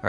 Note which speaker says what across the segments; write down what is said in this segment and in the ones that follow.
Speaker 1: All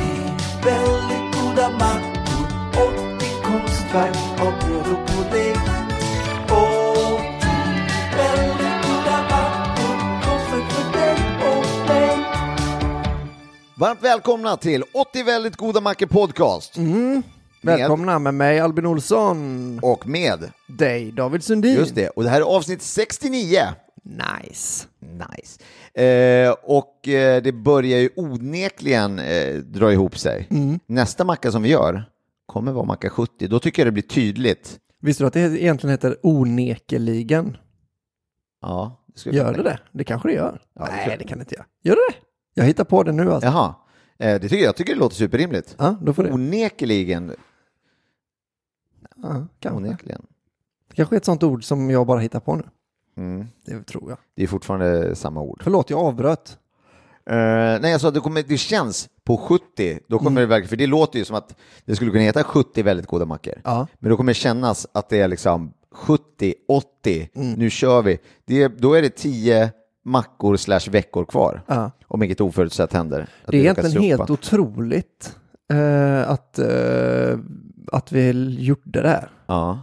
Speaker 2: väldigt goda mackor 80 konstverk av bröd och pudding 80 väldigt goda mackor konstverk för dig och mig
Speaker 3: Varmt välkomna till 80 väldigt goda mackor podcast.
Speaker 4: Mm,
Speaker 3: Med-
Speaker 4: Välkomna med mig Albin Olsson,
Speaker 3: Och med,
Speaker 4: dig David Sundin.
Speaker 3: just det, och det här är avsnitt 69.
Speaker 4: Nice.
Speaker 3: Nice. Eh, och eh, det börjar ju onekligen eh, dra ihop sig.
Speaker 4: Mm.
Speaker 3: Nästa macka som vi gör kommer vara macka 70. Då tycker jag det blir tydligt.
Speaker 4: Visste du att det egentligen heter onekeligen?
Speaker 3: Ja, det skulle
Speaker 4: Gör
Speaker 3: kunna-
Speaker 4: det det? Det kanske det gör.
Speaker 3: Ja, det
Speaker 4: Nej,
Speaker 3: tror jag.
Speaker 4: det kan det inte göra. Gör det det? Jag hittar på det nu alltså. Ja,
Speaker 3: Jaha, eh, det tycker jag, jag tycker det låter superrimligt.
Speaker 4: då får det.
Speaker 3: Onekligen,
Speaker 4: Ja, kanske.
Speaker 3: onekligen.
Speaker 4: Det kanske är ett sånt ord som jag bara hittar på nu.
Speaker 3: Mm.
Speaker 4: Det tror jag.
Speaker 3: Det är fortfarande samma ord.
Speaker 4: Förlåt, jag avbröt.
Speaker 3: Eh, nej, jag sa att det, kommer, det känns på 70, då kommer
Speaker 4: Mm.
Speaker 3: det verkligen, för det låter ju som att det skulle kunna heta 70 väldigt goda mackor.
Speaker 4: Ja.
Speaker 3: Men då kommer det kännas att det är liksom 70, 80,
Speaker 4: Mm.
Speaker 3: nu kör vi. Det, är- då är det 10 mackor slash veckor kvar.
Speaker 4: Ja.
Speaker 3: Om inget oförutsett händer. Att
Speaker 4: Det
Speaker 3: vi
Speaker 4: är
Speaker 3: lyckas
Speaker 4: egentligen helt
Speaker 3: ropa.
Speaker 4: otroligt eh, att, eh, att vi gjorde det här.
Speaker 3: ja.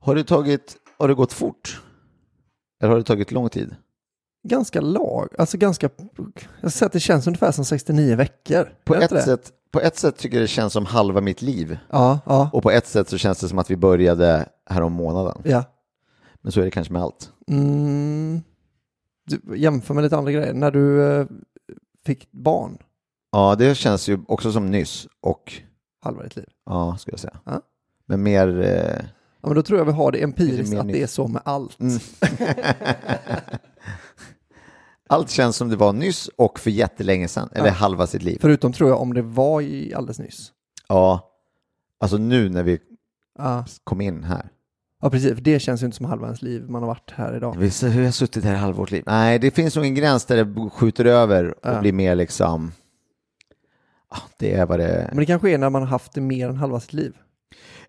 Speaker 3: Har du tagit, har det gått fort? Eller har det tagit lång tid?
Speaker 4: Ganska lag, alltså ganska, jag säger att det känns ungefär som 69 veckor.
Speaker 3: På
Speaker 4: Gör inte
Speaker 3: ett,
Speaker 4: det?
Speaker 3: sätt, på ett sätt tycker jag det känns som halva mitt liv.
Speaker 4: Ja, ja,
Speaker 3: Och på ett sätt så känns det som att vi började härom månaden.
Speaker 4: ja.
Speaker 3: Men så är det kanske med allt.
Speaker 4: Mm. Du, jämför med lite andra grejer. När du eh, fick barn,
Speaker 3: Ja, det känns ju också som nyss och
Speaker 4: halva ditt liv.
Speaker 3: ja, skulle jag säga.
Speaker 4: Ja.
Speaker 3: Men mer... Eh,
Speaker 4: Ja, men då tror jag vi har det
Speaker 3: Är det Mm.
Speaker 4: empiriskt
Speaker 3: mer
Speaker 4: att det är
Speaker 3: nytt?
Speaker 4: så med allt.
Speaker 3: eh, allt känns som det var nyss och för jättelänge sedan, eller
Speaker 4: Ja.
Speaker 3: halva sitt liv.
Speaker 4: Förutom tror jag om det var i alldeles nyss.
Speaker 3: Ja, alltså nu när vi
Speaker 4: Ja,
Speaker 3: kom in här.
Speaker 4: ja precis. För det känns ju inte som halva ens liv man har varit här idag.
Speaker 3: Vi ser hur jag har suttit här halva vårt liv. Nej, det finns nog en gräns där det skjuter över och
Speaker 4: Ja.
Speaker 3: blir mer liksom... Ja, Det är vad det är.
Speaker 4: Men det kanske är när man har haft det mer än halva sitt liv.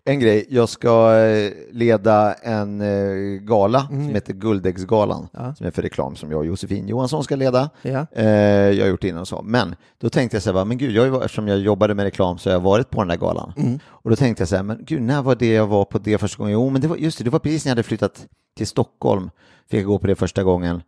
Speaker 3: En grej, jag ska eh, leda en eh, gala som heter Guldäggsgalan,
Speaker 4: Ja.
Speaker 3: som är för reklam som jag och Josefin Johansson ska leda.
Speaker 4: Ja.
Speaker 3: Eh, jag har gjort det innan och så. Men då tänkte jag så här, bara, men gud, jag, har ju varit- eftersom jag jobbade med reklam så har jag varit på den där galan. Och då tänkte jag så här, men gud, när var det jag var på det första gången? Jo, men det var, just det, det var precis när jag hade flyttat till Stockholm, fick jag gå på det första gången.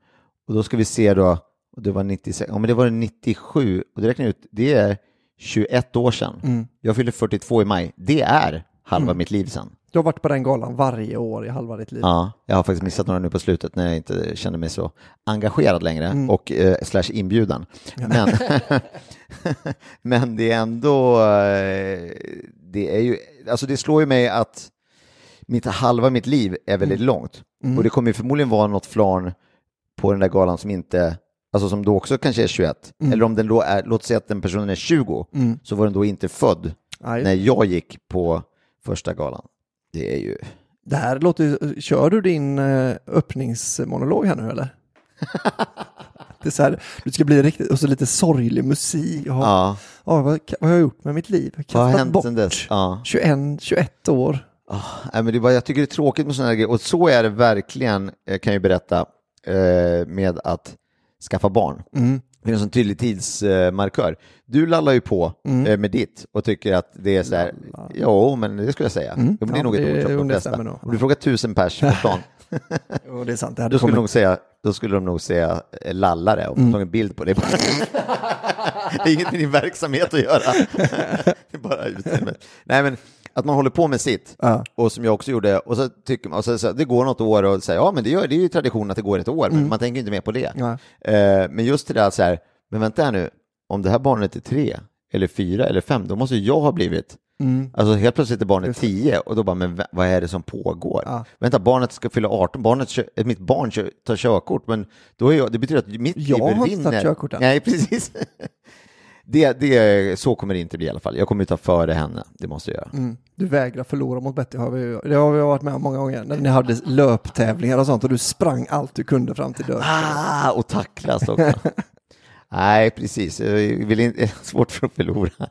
Speaker 3: Och då ska vi se då, och det var 96, ja men det var 97, och det räknar jag ut, det är 21 år sedan. Jag fyllde 42 i maj, det är halva mitt liv sedan.
Speaker 4: Du har varit på den galan varje år i halva ditt liv.
Speaker 3: Ja, jag har faktiskt missat några nu på slutet när jag inte känner mig så engagerad längre och eh, slash inbjudan. Men, men det är ändå, eh, det är ju, alltså det slår ju mig att mitt, halva mitt liv är väldigt långt och det kommer ju förmodligen vara något flarn på den där galan som inte, alltså som då också kanske är 21, eller om den då är, låt säga att den personen är 20, så var den då inte född
Speaker 4: Ja, just-
Speaker 3: när jag gick på första galan. Det är ju,
Speaker 4: Det här låter ju, kör du din eh, öppningsmonolog här nu eller? Det är så här, du ska bli riktigt, och så lite sorglig musik. Jag har, ja.
Speaker 3: Ja,
Speaker 4: vad, vad har jag gjort med mitt liv? Jag har
Speaker 3: vad har
Speaker 4: kastat
Speaker 3: hänt
Speaker 4: bort
Speaker 3: sen dess? Ja.
Speaker 4: 21, 21 år.
Speaker 3: Nej, men det är bara, jag tycker det är tråkigt med sådana här grejer. Och så är det verkligen, eh, kan jag ju berätta, eh, med att skaffa barn.
Speaker 4: Mm.
Speaker 3: Det är en sån tydlig tidsmarkör. Du lallar ju på
Speaker 4: Mm.
Speaker 3: eh, med ditt och tycker att det är så här, jo men det skulle jag säga. Jo, men det är
Speaker 4: Mm. Ja,
Speaker 3: nog
Speaker 4: det-
Speaker 3: ett ord som
Speaker 4: jo,
Speaker 3: de
Speaker 4: det
Speaker 3: flesta.
Speaker 4: stämmer nog.
Speaker 3: Om du frågar tusen pers på stan,
Speaker 4: Och det är sant, det
Speaker 3: då skulle, de
Speaker 4: hade kommit.
Speaker 3: nog säga, då skulle de nog säga eh, lallare och
Speaker 4: Mm.
Speaker 3: ta en bild på det. det är inget med din verksamhet att göra. det är bara utrymmet. Nej, men att man håller på med sitt, och som jag också gjorde, och så tycker man, och så, så, det går något år och säger, ja men det, gör, det är ju tradition att det går ett år, men man tänker inte mer på det.
Speaker 4: Nej.
Speaker 3: Eh, men just det där så här, men vänta här nu, om det här barnet är tre, eller fyra, eller fem, då måste ju jag ha blivit Alltså helt plötsligt är barnet 10 och då bara, men vä- vad är det som pågår? Vänta, barnet ska fylla 18, barnet, kö- eh, mitt barn kö- tar körkort, men då är jag, det betyder att mitt
Speaker 4: Jag
Speaker 3: liv rinner.
Speaker 4: har inte tagit körkort än.
Speaker 3: Nej, precis. det, det, så kommer det inte bli i alla fall. Jag kommer ju ta före henne, det måste jag göra.
Speaker 4: Mm. Du vägrar förlora mot Betty, har vi, det har vi varit med om många gånger. När ni hade löptävlingar och sånt och du sprang allt du kunde fram till dörren.
Speaker 3: Ah, och tacklas också. Nej, precis. Jag vill inte, svårt för att förlora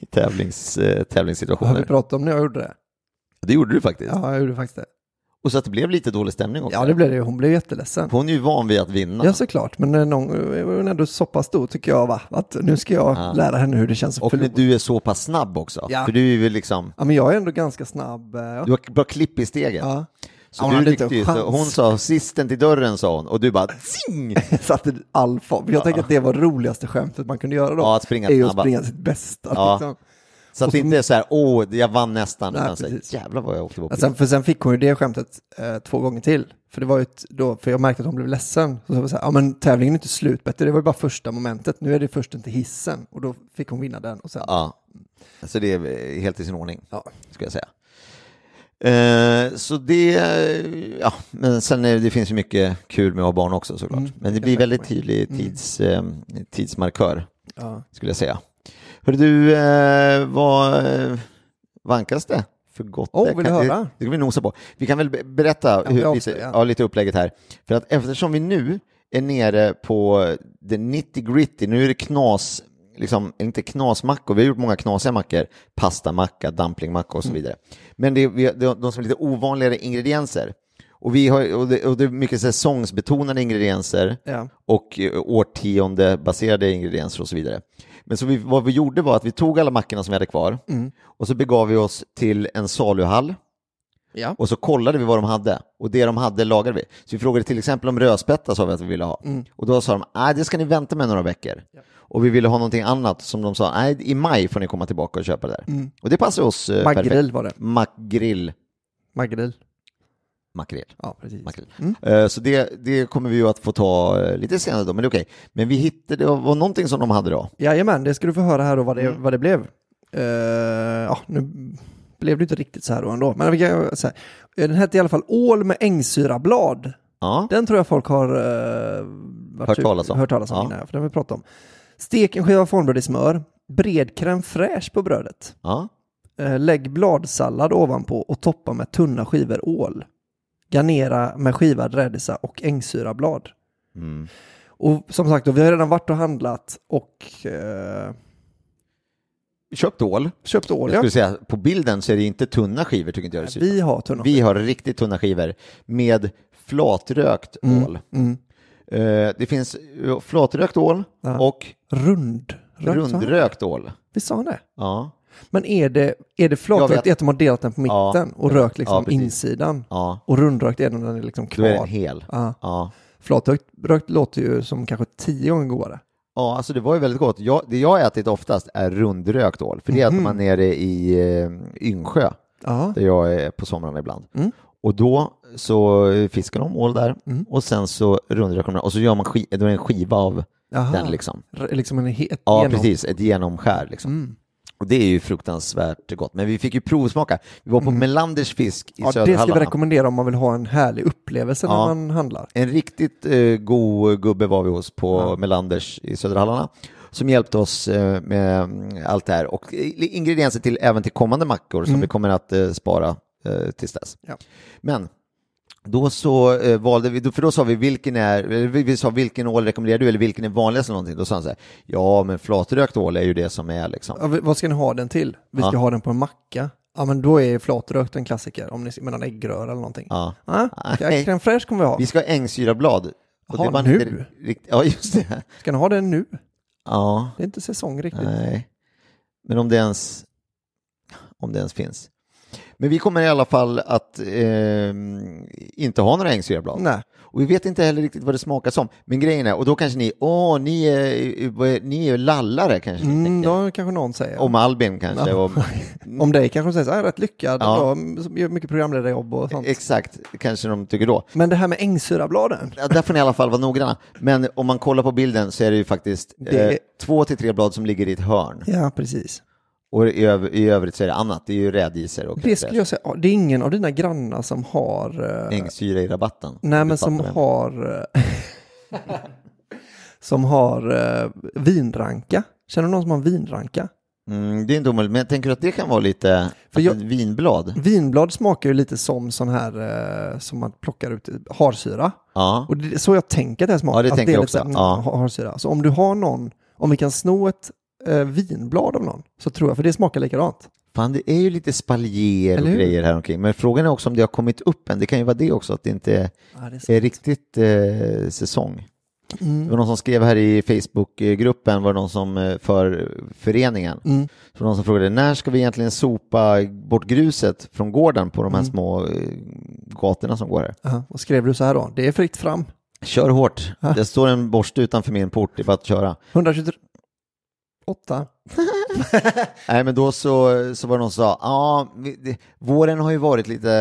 Speaker 3: i tävlings, eh,
Speaker 4: Har vi
Speaker 3: tävlingssituationer.
Speaker 4: pratat om när jag gjorde det?
Speaker 3: Det gjorde du faktiskt.
Speaker 4: Ja, jag gjorde faktiskt det.
Speaker 3: Och så att det blev lite dålig stämning också.
Speaker 4: Ja, det blev det. Hon blev jätteledsen.
Speaker 3: Hon är ju van vid att vinna.
Speaker 4: Ja, såklart. Men eh, någon, eh, hon är ändå så pass stor tycker jag, va? Att nu ska jag lära henne hur det känns att
Speaker 3: Och när
Speaker 4: förlora.
Speaker 3: du är så pass snabb också.
Speaker 4: Ja.
Speaker 3: För du är ju liksom,
Speaker 4: Ja, men jag är ändå ganska snabb. eh, Ja.
Speaker 3: du har bra klipp i steget.
Speaker 4: Ja.
Speaker 3: Så
Speaker 4: Ja, hon
Speaker 3: du
Speaker 4: hade inte
Speaker 3: tyckte ju,
Speaker 4: en
Speaker 3: så
Speaker 4: chans.
Speaker 3: hon sa sisten till dörren sa hon och du bara zing!
Speaker 4: satte all form. Jag tänker att det var roligaste skämtet man kunde göra då.
Speaker 3: Ja, att springa
Speaker 4: är ju att
Speaker 3: snabbast.
Speaker 4: springa sitt bästa.
Speaker 3: Ja.
Speaker 4: Liksom.
Speaker 3: Så att det inte är så här, åh, jag vann nästan.
Speaker 4: Nej,
Speaker 3: utan så här,
Speaker 4: precis.
Speaker 3: jävlar vad jag åkte på
Speaker 4: Ja,
Speaker 3: pil."
Speaker 4: Sen, för sen fick hon ju det skämtet eh, två gånger till. För det var ju ett, då, för jag märkte att hon blev ledsen. Så jag var så här, ja men tävlingen är inte slut Betty, det var ju bara första momentet. Nu är det försten till hissen. Och då fick hon vinna den. Och sen,
Speaker 3: Ja. Så det är eh, helt i sin ordning,
Speaker 4: Ja.
Speaker 3: ska jag säga. Eh, så det, ja, men sen är, det finns ju mycket kul med att ha barn också såklart.
Speaker 4: Mm.
Speaker 3: Men det blir väldigt tydlig tids, eh, tidsmarkör,
Speaker 4: Ja.
Speaker 3: skulle jag säga. Hör du, eh, vad eh, vankas det? För gott.
Speaker 4: Åh,
Speaker 3: Jag
Speaker 4: vill
Speaker 3: kan-
Speaker 4: du höra?
Speaker 3: Det, det kan vi nosa på. Vi kan väl be- berätta
Speaker 4: Ja,
Speaker 3: hur,
Speaker 4: jag
Speaker 3: lite,
Speaker 4: också, ja.
Speaker 3: ja, lite upplägget här. För att eftersom vi nu är nere på the nitty gritty, nu är det knas, liksom, inte knasmackor, vi har gjort många knasiga mackor, pastamacka, dumplingmacka och så vidare. Men det är, vi har- det är de som är lite ovanligare ingredienser. Och, vi har, och, det, och det är mycket säsongsbetonade ingredienser
Speaker 4: Ja.
Speaker 3: och eh, årtiondebaserade ingredienser och så vidare. Men så vi, vad vi gjorde var att vi tog alla mackorna som vi hade kvar och så begav vi oss till en saluhall
Speaker 4: Ja.
Speaker 3: och så kollade vi vad de hade och det de hade lagade vi. Så vi frågade till exempel om rödspätta sa vi att vi ville ha
Speaker 4: Mm.
Speaker 3: och då sa de nej det ska ni vänta med några veckor. Och vi ville ha någonting annat som de sa nej i maj får ni komma tillbaka och köpa det där. Och det passade oss eh, perfekt.
Speaker 4: Magrill Mm. var det.
Speaker 3: Makrill.
Speaker 4: Magrill.
Speaker 3: Makrill.
Speaker 4: Ja, precis.
Speaker 3: Makrill. Eh, Så det, det kommer vi ju att få ta eh, lite senare då, men det är okej. Men vi hittade, det var någonting som de hade då.
Speaker 4: Jajamän, det ska du få höra här då vad det,
Speaker 3: Mm.
Speaker 4: vad det blev. Eh, ja, nu blev det inte riktigt så här då ändå. Men vi kan, så här, Eh, den hette i alla fall ål med ängsyrablad.
Speaker 3: Ja,
Speaker 4: Den tror jag folk har eh, varit
Speaker 3: Hört
Speaker 4: su-
Speaker 3: talas om.
Speaker 4: Hört talas om
Speaker 3: Ja.
Speaker 4: innan, för den har vi pratat om. Stek en skiva formbröd i smör. Bred crème fraîche på brödet.
Speaker 3: ja.
Speaker 4: Eh, lägg bladsallad ovanpå och toppa med tunna skivor ål. Garnera med skivad rädisa och ängsyrablad.
Speaker 3: Mm.
Speaker 4: Och som sagt, då, vi har redan varit och handlat och eh,
Speaker 3: Köpt ål.
Speaker 4: köpt ål.
Speaker 3: Jag
Speaker 4: ja.
Speaker 3: skulle säga, på bilden så är det inte tunna skivor tycker inte jag det ser ut.
Speaker 4: Vi har tunna
Speaker 3: Vi har riktigt tunna skivor med flatrökt ål.
Speaker 4: mm.
Speaker 3: Eh, Det finns eh, flatrökt ål
Speaker 4: Ja.
Speaker 3: och
Speaker 4: Rund. Rökt, sa han.
Speaker 3: rundrökt ål.
Speaker 4: Vi sa han det?
Speaker 3: Ja,
Speaker 4: Men är det, är det
Speaker 3: Jag
Speaker 4: flatrökt
Speaker 3: vet.
Speaker 4: är att de har delat den på mitten
Speaker 3: Ja.
Speaker 4: och rökt liksom
Speaker 3: Ja, precis.
Speaker 4: insidan?
Speaker 3: ja.
Speaker 4: Och rundrökt är den när den är liksom
Speaker 3: Då är den
Speaker 4: kvar.
Speaker 3: hel.
Speaker 4: Ja.
Speaker 3: Ja.
Speaker 4: Flatrökt rökt låter ju som kanske tio gånger godare.
Speaker 3: Ja, alltså det var ju väldigt gott. Jag, det jag har ätit oftast är rundrökt ål, för det äter man nere i eh, Yngsjö,
Speaker 4: Mm. Ja. Mm.
Speaker 3: där jag är på somrarna ibland. Och då så fiskar de ål där och sen så rundröker de den. och så gör man ski, då är det en skiva av
Speaker 4: Aha.
Speaker 3: den liksom.
Speaker 4: R- Liksom en het
Speaker 3: Ja,
Speaker 4: genom. Mm.
Speaker 3: precis, ett genomskär liksom. Och det är ju fruktansvärt gott, men vi fick ju provsmaka. Vi var på Melanders fisk i
Speaker 4: Mm. Ja, det ska vi
Speaker 3: Söderhallarna.
Speaker 4: rekommendera om man vill ha en härlig upplevelse
Speaker 3: Ja.
Speaker 4: när man handlar.
Speaker 3: En riktigt eh, god gubbe var vi hos på Melanders i Söderhallarna som hjälpte oss eh, med mm, allt det här och i- ingredienser
Speaker 4: Mm.
Speaker 3: till även till kommande mackor som vi kommer att eh, spara eh, tills dess.
Speaker 4: Ja.
Speaker 3: Men Då så eh, valde vi, för då sa vi vilken är, eller vi, vi sa vilken ål rekommenderar du eller vilken är vanligast eller någonting. Då sa han så här, ja men flatrökt ål är ju det som är liksom.
Speaker 4: Ja, vi- vad ska ni ha den till? Vi ska
Speaker 3: Ja.
Speaker 4: ha den på en macka. Ja men då är flatrökt en klassiker, om ni med någon äggröra eller någonting.
Speaker 3: Ja.
Speaker 4: Ja,
Speaker 3: Nej.
Speaker 4: crème fraîche kommer vi ha.
Speaker 3: Vi ska ha ängsyrablad. Och
Speaker 4: Jaha,
Speaker 3: det var
Speaker 4: nu?
Speaker 3: inte Rikt, ja just det.
Speaker 4: Ska ni ha den nu?
Speaker 3: Ja,
Speaker 4: Det är inte säsong riktigt.
Speaker 3: nej. Men om det ens, om det ens finns. Men vi kommer i alla fall att eh, inte ha några ängsyrablad.
Speaker 4: Nej.
Speaker 3: Och vi vet inte heller riktigt vad det smakar som. Men grejen är, och då kanske ni, åh, ni är, vad är- ni är lallare kanske ni
Speaker 4: Mm,
Speaker 3: tänker.
Speaker 4: då kanske någon säger.
Speaker 3: Om Albin kanske.
Speaker 4: Ja.
Speaker 3: Om,
Speaker 4: Om dig kanske de säger så här, rätt lyckad,
Speaker 3: Ja.
Speaker 4: bra, m- gör mycket programledarjobb och sånt.
Speaker 3: exakt, kanske de tycker då.
Speaker 4: Men det här med ängsyrabladen,
Speaker 3: Ja, Där får ni i alla fall vara noggranna. Men om man kollar på bilden så är det ju faktiskt
Speaker 4: Det-
Speaker 3: eh, två till tre blad som ligger i ett hörn.
Speaker 4: ja precis.
Speaker 3: Och i, öv- i övrigt så är det annat. Det är ju rädisor och
Speaker 4: Det skulle jag säga, ja, det är ingen av dina grannar som har... eh,
Speaker 3: ängsyra i rabatten.
Speaker 4: Nej,
Speaker 3: Du
Speaker 4: men
Speaker 3: fattar
Speaker 4: som
Speaker 3: vad jag
Speaker 4: har... eh, som har eh, vinranka. Känner du någon som har vinranka?
Speaker 3: menar. Mm, det är inte omöjligt, men jag tänker att det kan vara lite
Speaker 4: För
Speaker 3: att
Speaker 4: jag-
Speaker 3: ett vinblad.
Speaker 4: Vinblad smakar ju lite som sån här eh, som man plockar ut, harsyra.
Speaker 3: Ja.
Speaker 4: Och det är så jag tänker att det här smakar.
Speaker 3: Ja, det
Speaker 4: att
Speaker 3: tänker
Speaker 4: är
Speaker 3: jag
Speaker 4: lite
Speaker 3: också.
Speaker 4: så här, mm,
Speaker 3: Ja.
Speaker 4: Harsyra. Så om du har någon, om vi kan sno ett eh, vinblad av någon, så tror jag, för det smakar likadant.
Speaker 3: Fan, det är ju lite spaljer och
Speaker 4: Eller hur?
Speaker 3: grejer här omkring. Men frågan är också om det har kommit upp än. Det kan ju vara det också, att det inte är är Eh, riktigt eh, säsong. Det var någon som skrev här i Facebookgruppen, var det någon som eh, för föreningen,
Speaker 4: Mm.
Speaker 3: så var det någon som frågade när ska vi egentligen sopa bort gruset från gården på de här små eh, gatorna som går här?
Speaker 4: Ja, och skrev du så här då? Det är fritt fram.
Speaker 3: Kör hårt, det står en borste utanför min port, det är bara att köra.
Speaker 4: 128.
Speaker 3: Nej men då så, så var det någon som sa, ja, vi- det- våren har ju varit lite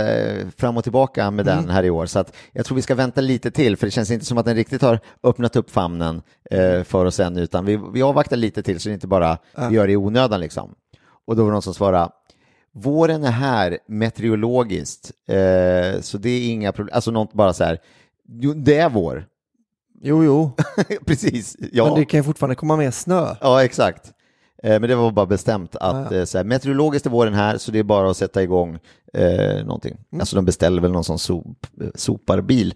Speaker 3: eh, fram och tillbaka med
Speaker 4: Mm.
Speaker 3: den här i år så att jag tror vi ska vänta lite till för det känns inte som att den riktigt har öppnat upp famnen eh, för oss än utan vi, vi avvaktar lite till så det inte bara vi gör det i onödan liksom. Och då var det någon som svarade, våren är här meteorologiskt eh, så det är inga problem, alltså något bara så här, jo, det är vår,
Speaker 4: Jo, jo,
Speaker 3: precis, ja.
Speaker 4: men det kan ju fortfarande komma med snö.
Speaker 3: Ja, exakt. Eh, Men det var bara bestämt att
Speaker 4: Ja, ja.
Speaker 3: eh, Så här, meteorologiskt är våren här så det är bara att sätta igång eh, någonting.
Speaker 4: Mm.
Speaker 3: Alltså de beställer väl någon sån sop, eh, soparbil.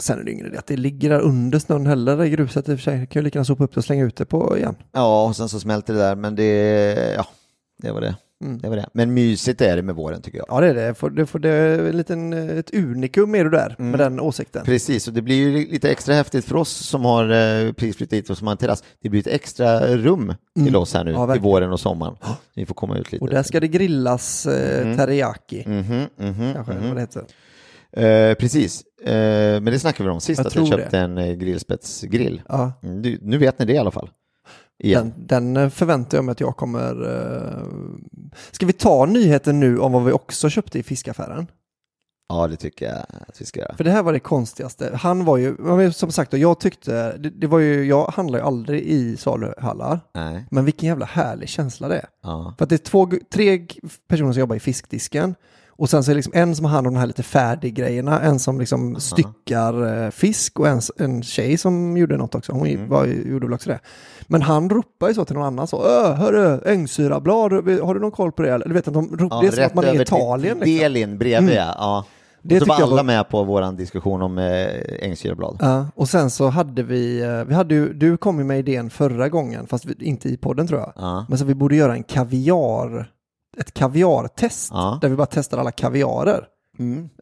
Speaker 4: Sen är det ju ingen idé att det ligger där under snön heller, det gruset i och för sig. kan ju lika gärna sopa upp det och slänga ut det på igen.
Speaker 3: Ja, och sen så smälter det där men det, ja, det var det. Det var det. Men mysigt är det med våren tycker jag.
Speaker 4: Mm. Ja, det är det. Får- Det, får, det är en liten, eh, ett unikum är du där med den åsikten.
Speaker 3: Mm. Precis, och det blir ju lite extra häftigt för oss som har eh, precis flyttat hit och som har en terrass. Det blir ett extra rum till oss här nu
Speaker 4: Mm. Ja,
Speaker 3: i
Speaker 4: verkligen.
Speaker 3: våren och sommaren. Ni får komma ut lite.
Speaker 4: Och där ska det grillas eh,
Speaker 3: Mm.
Speaker 4: teriyaki,
Speaker 3: Mhm, mhm.
Speaker 4: kanske eller vad det heter.
Speaker 3: Eh, precis, eh, men det snackade vi om sist,
Speaker 4: Jag
Speaker 3: att jag
Speaker 4: tror
Speaker 3: köpte en eh, grillspetsgrill.
Speaker 4: Ja.
Speaker 3: Mm, Du, nu vet ni det i alla fall. Igen.
Speaker 4: Den, den eh, förväntar jag mig att jag kommer... Eh... Ska vi ta nyheten nu om vad vi också köpte i fiskaffären?
Speaker 3: Ja, det tycker jag att vi ska göra.
Speaker 4: För det här var det konstigaste. Han var ju, ja, men som sagt, då, jag tyckte, det, det var ju, jag handlar ju aldrig i saluhallar,
Speaker 3: Nej.
Speaker 4: men vilken jävla härlig känsla det är.
Speaker 3: Ja.
Speaker 4: För att det är två, gu- tre g- personer som jobbar i fiskdisken och sen så är det liksom en som har hand om de här lite färdiggrejerna, en som liksom styckar eh, fisk och en, s- en tjej som gjorde något också. Hon mm. var, ju- gjorde väl också det. Men han ropar ju så till någon annan så, "Ö, hörru, ängsyrablad, har du någon koll på det? Eller du vet att de ropar, det är som
Speaker 3: rätt
Speaker 4: att man är i
Speaker 3: över till
Speaker 4: Italien. Liksom.
Speaker 3: Delin bredvid, ja.
Speaker 4: Det
Speaker 3: Det så var
Speaker 4: tycker jag
Speaker 3: alla
Speaker 4: var-
Speaker 3: med på vår diskussion om eh, ängsyrablad.
Speaker 4: Ja, och sen så hade vi, eh, vi hade ju, du kom ju med idén förra gången, fast vi, inte i podden tror jag.
Speaker 3: Ja.
Speaker 4: Men så vi borde göra en kaviar, ett kaviartest,
Speaker 3: Ja. Mm.
Speaker 4: där vi bara testar alla kaviarer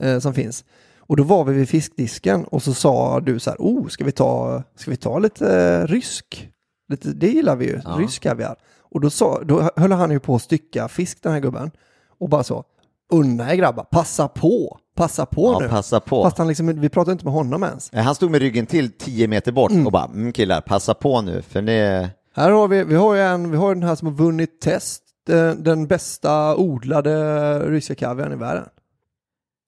Speaker 4: eh, som finns. Och då var vi vid fiskdisken och så sa du så här, oh, ska vi ta, ska vi ta lite eh, rysk? Lite, det gillar vi ju, rysk kaviar. Och då, sa, då höll han ju på att stycka fisk den här gubben. Och bara så, unna er grabbar, passa på, passa på
Speaker 3: Ja,
Speaker 4: nu.
Speaker 3: passa på.
Speaker 4: Fast han liksom, vi pratade inte med honom ens.
Speaker 3: Eh, Han stod med ryggen till 10 meter bort och bara, mm, killar, passa på nu, för ni...
Speaker 4: Här har vi, vi har ju en, vi har den här som har vunnit test, den, den bästa odlade ryska kaviaren i världen.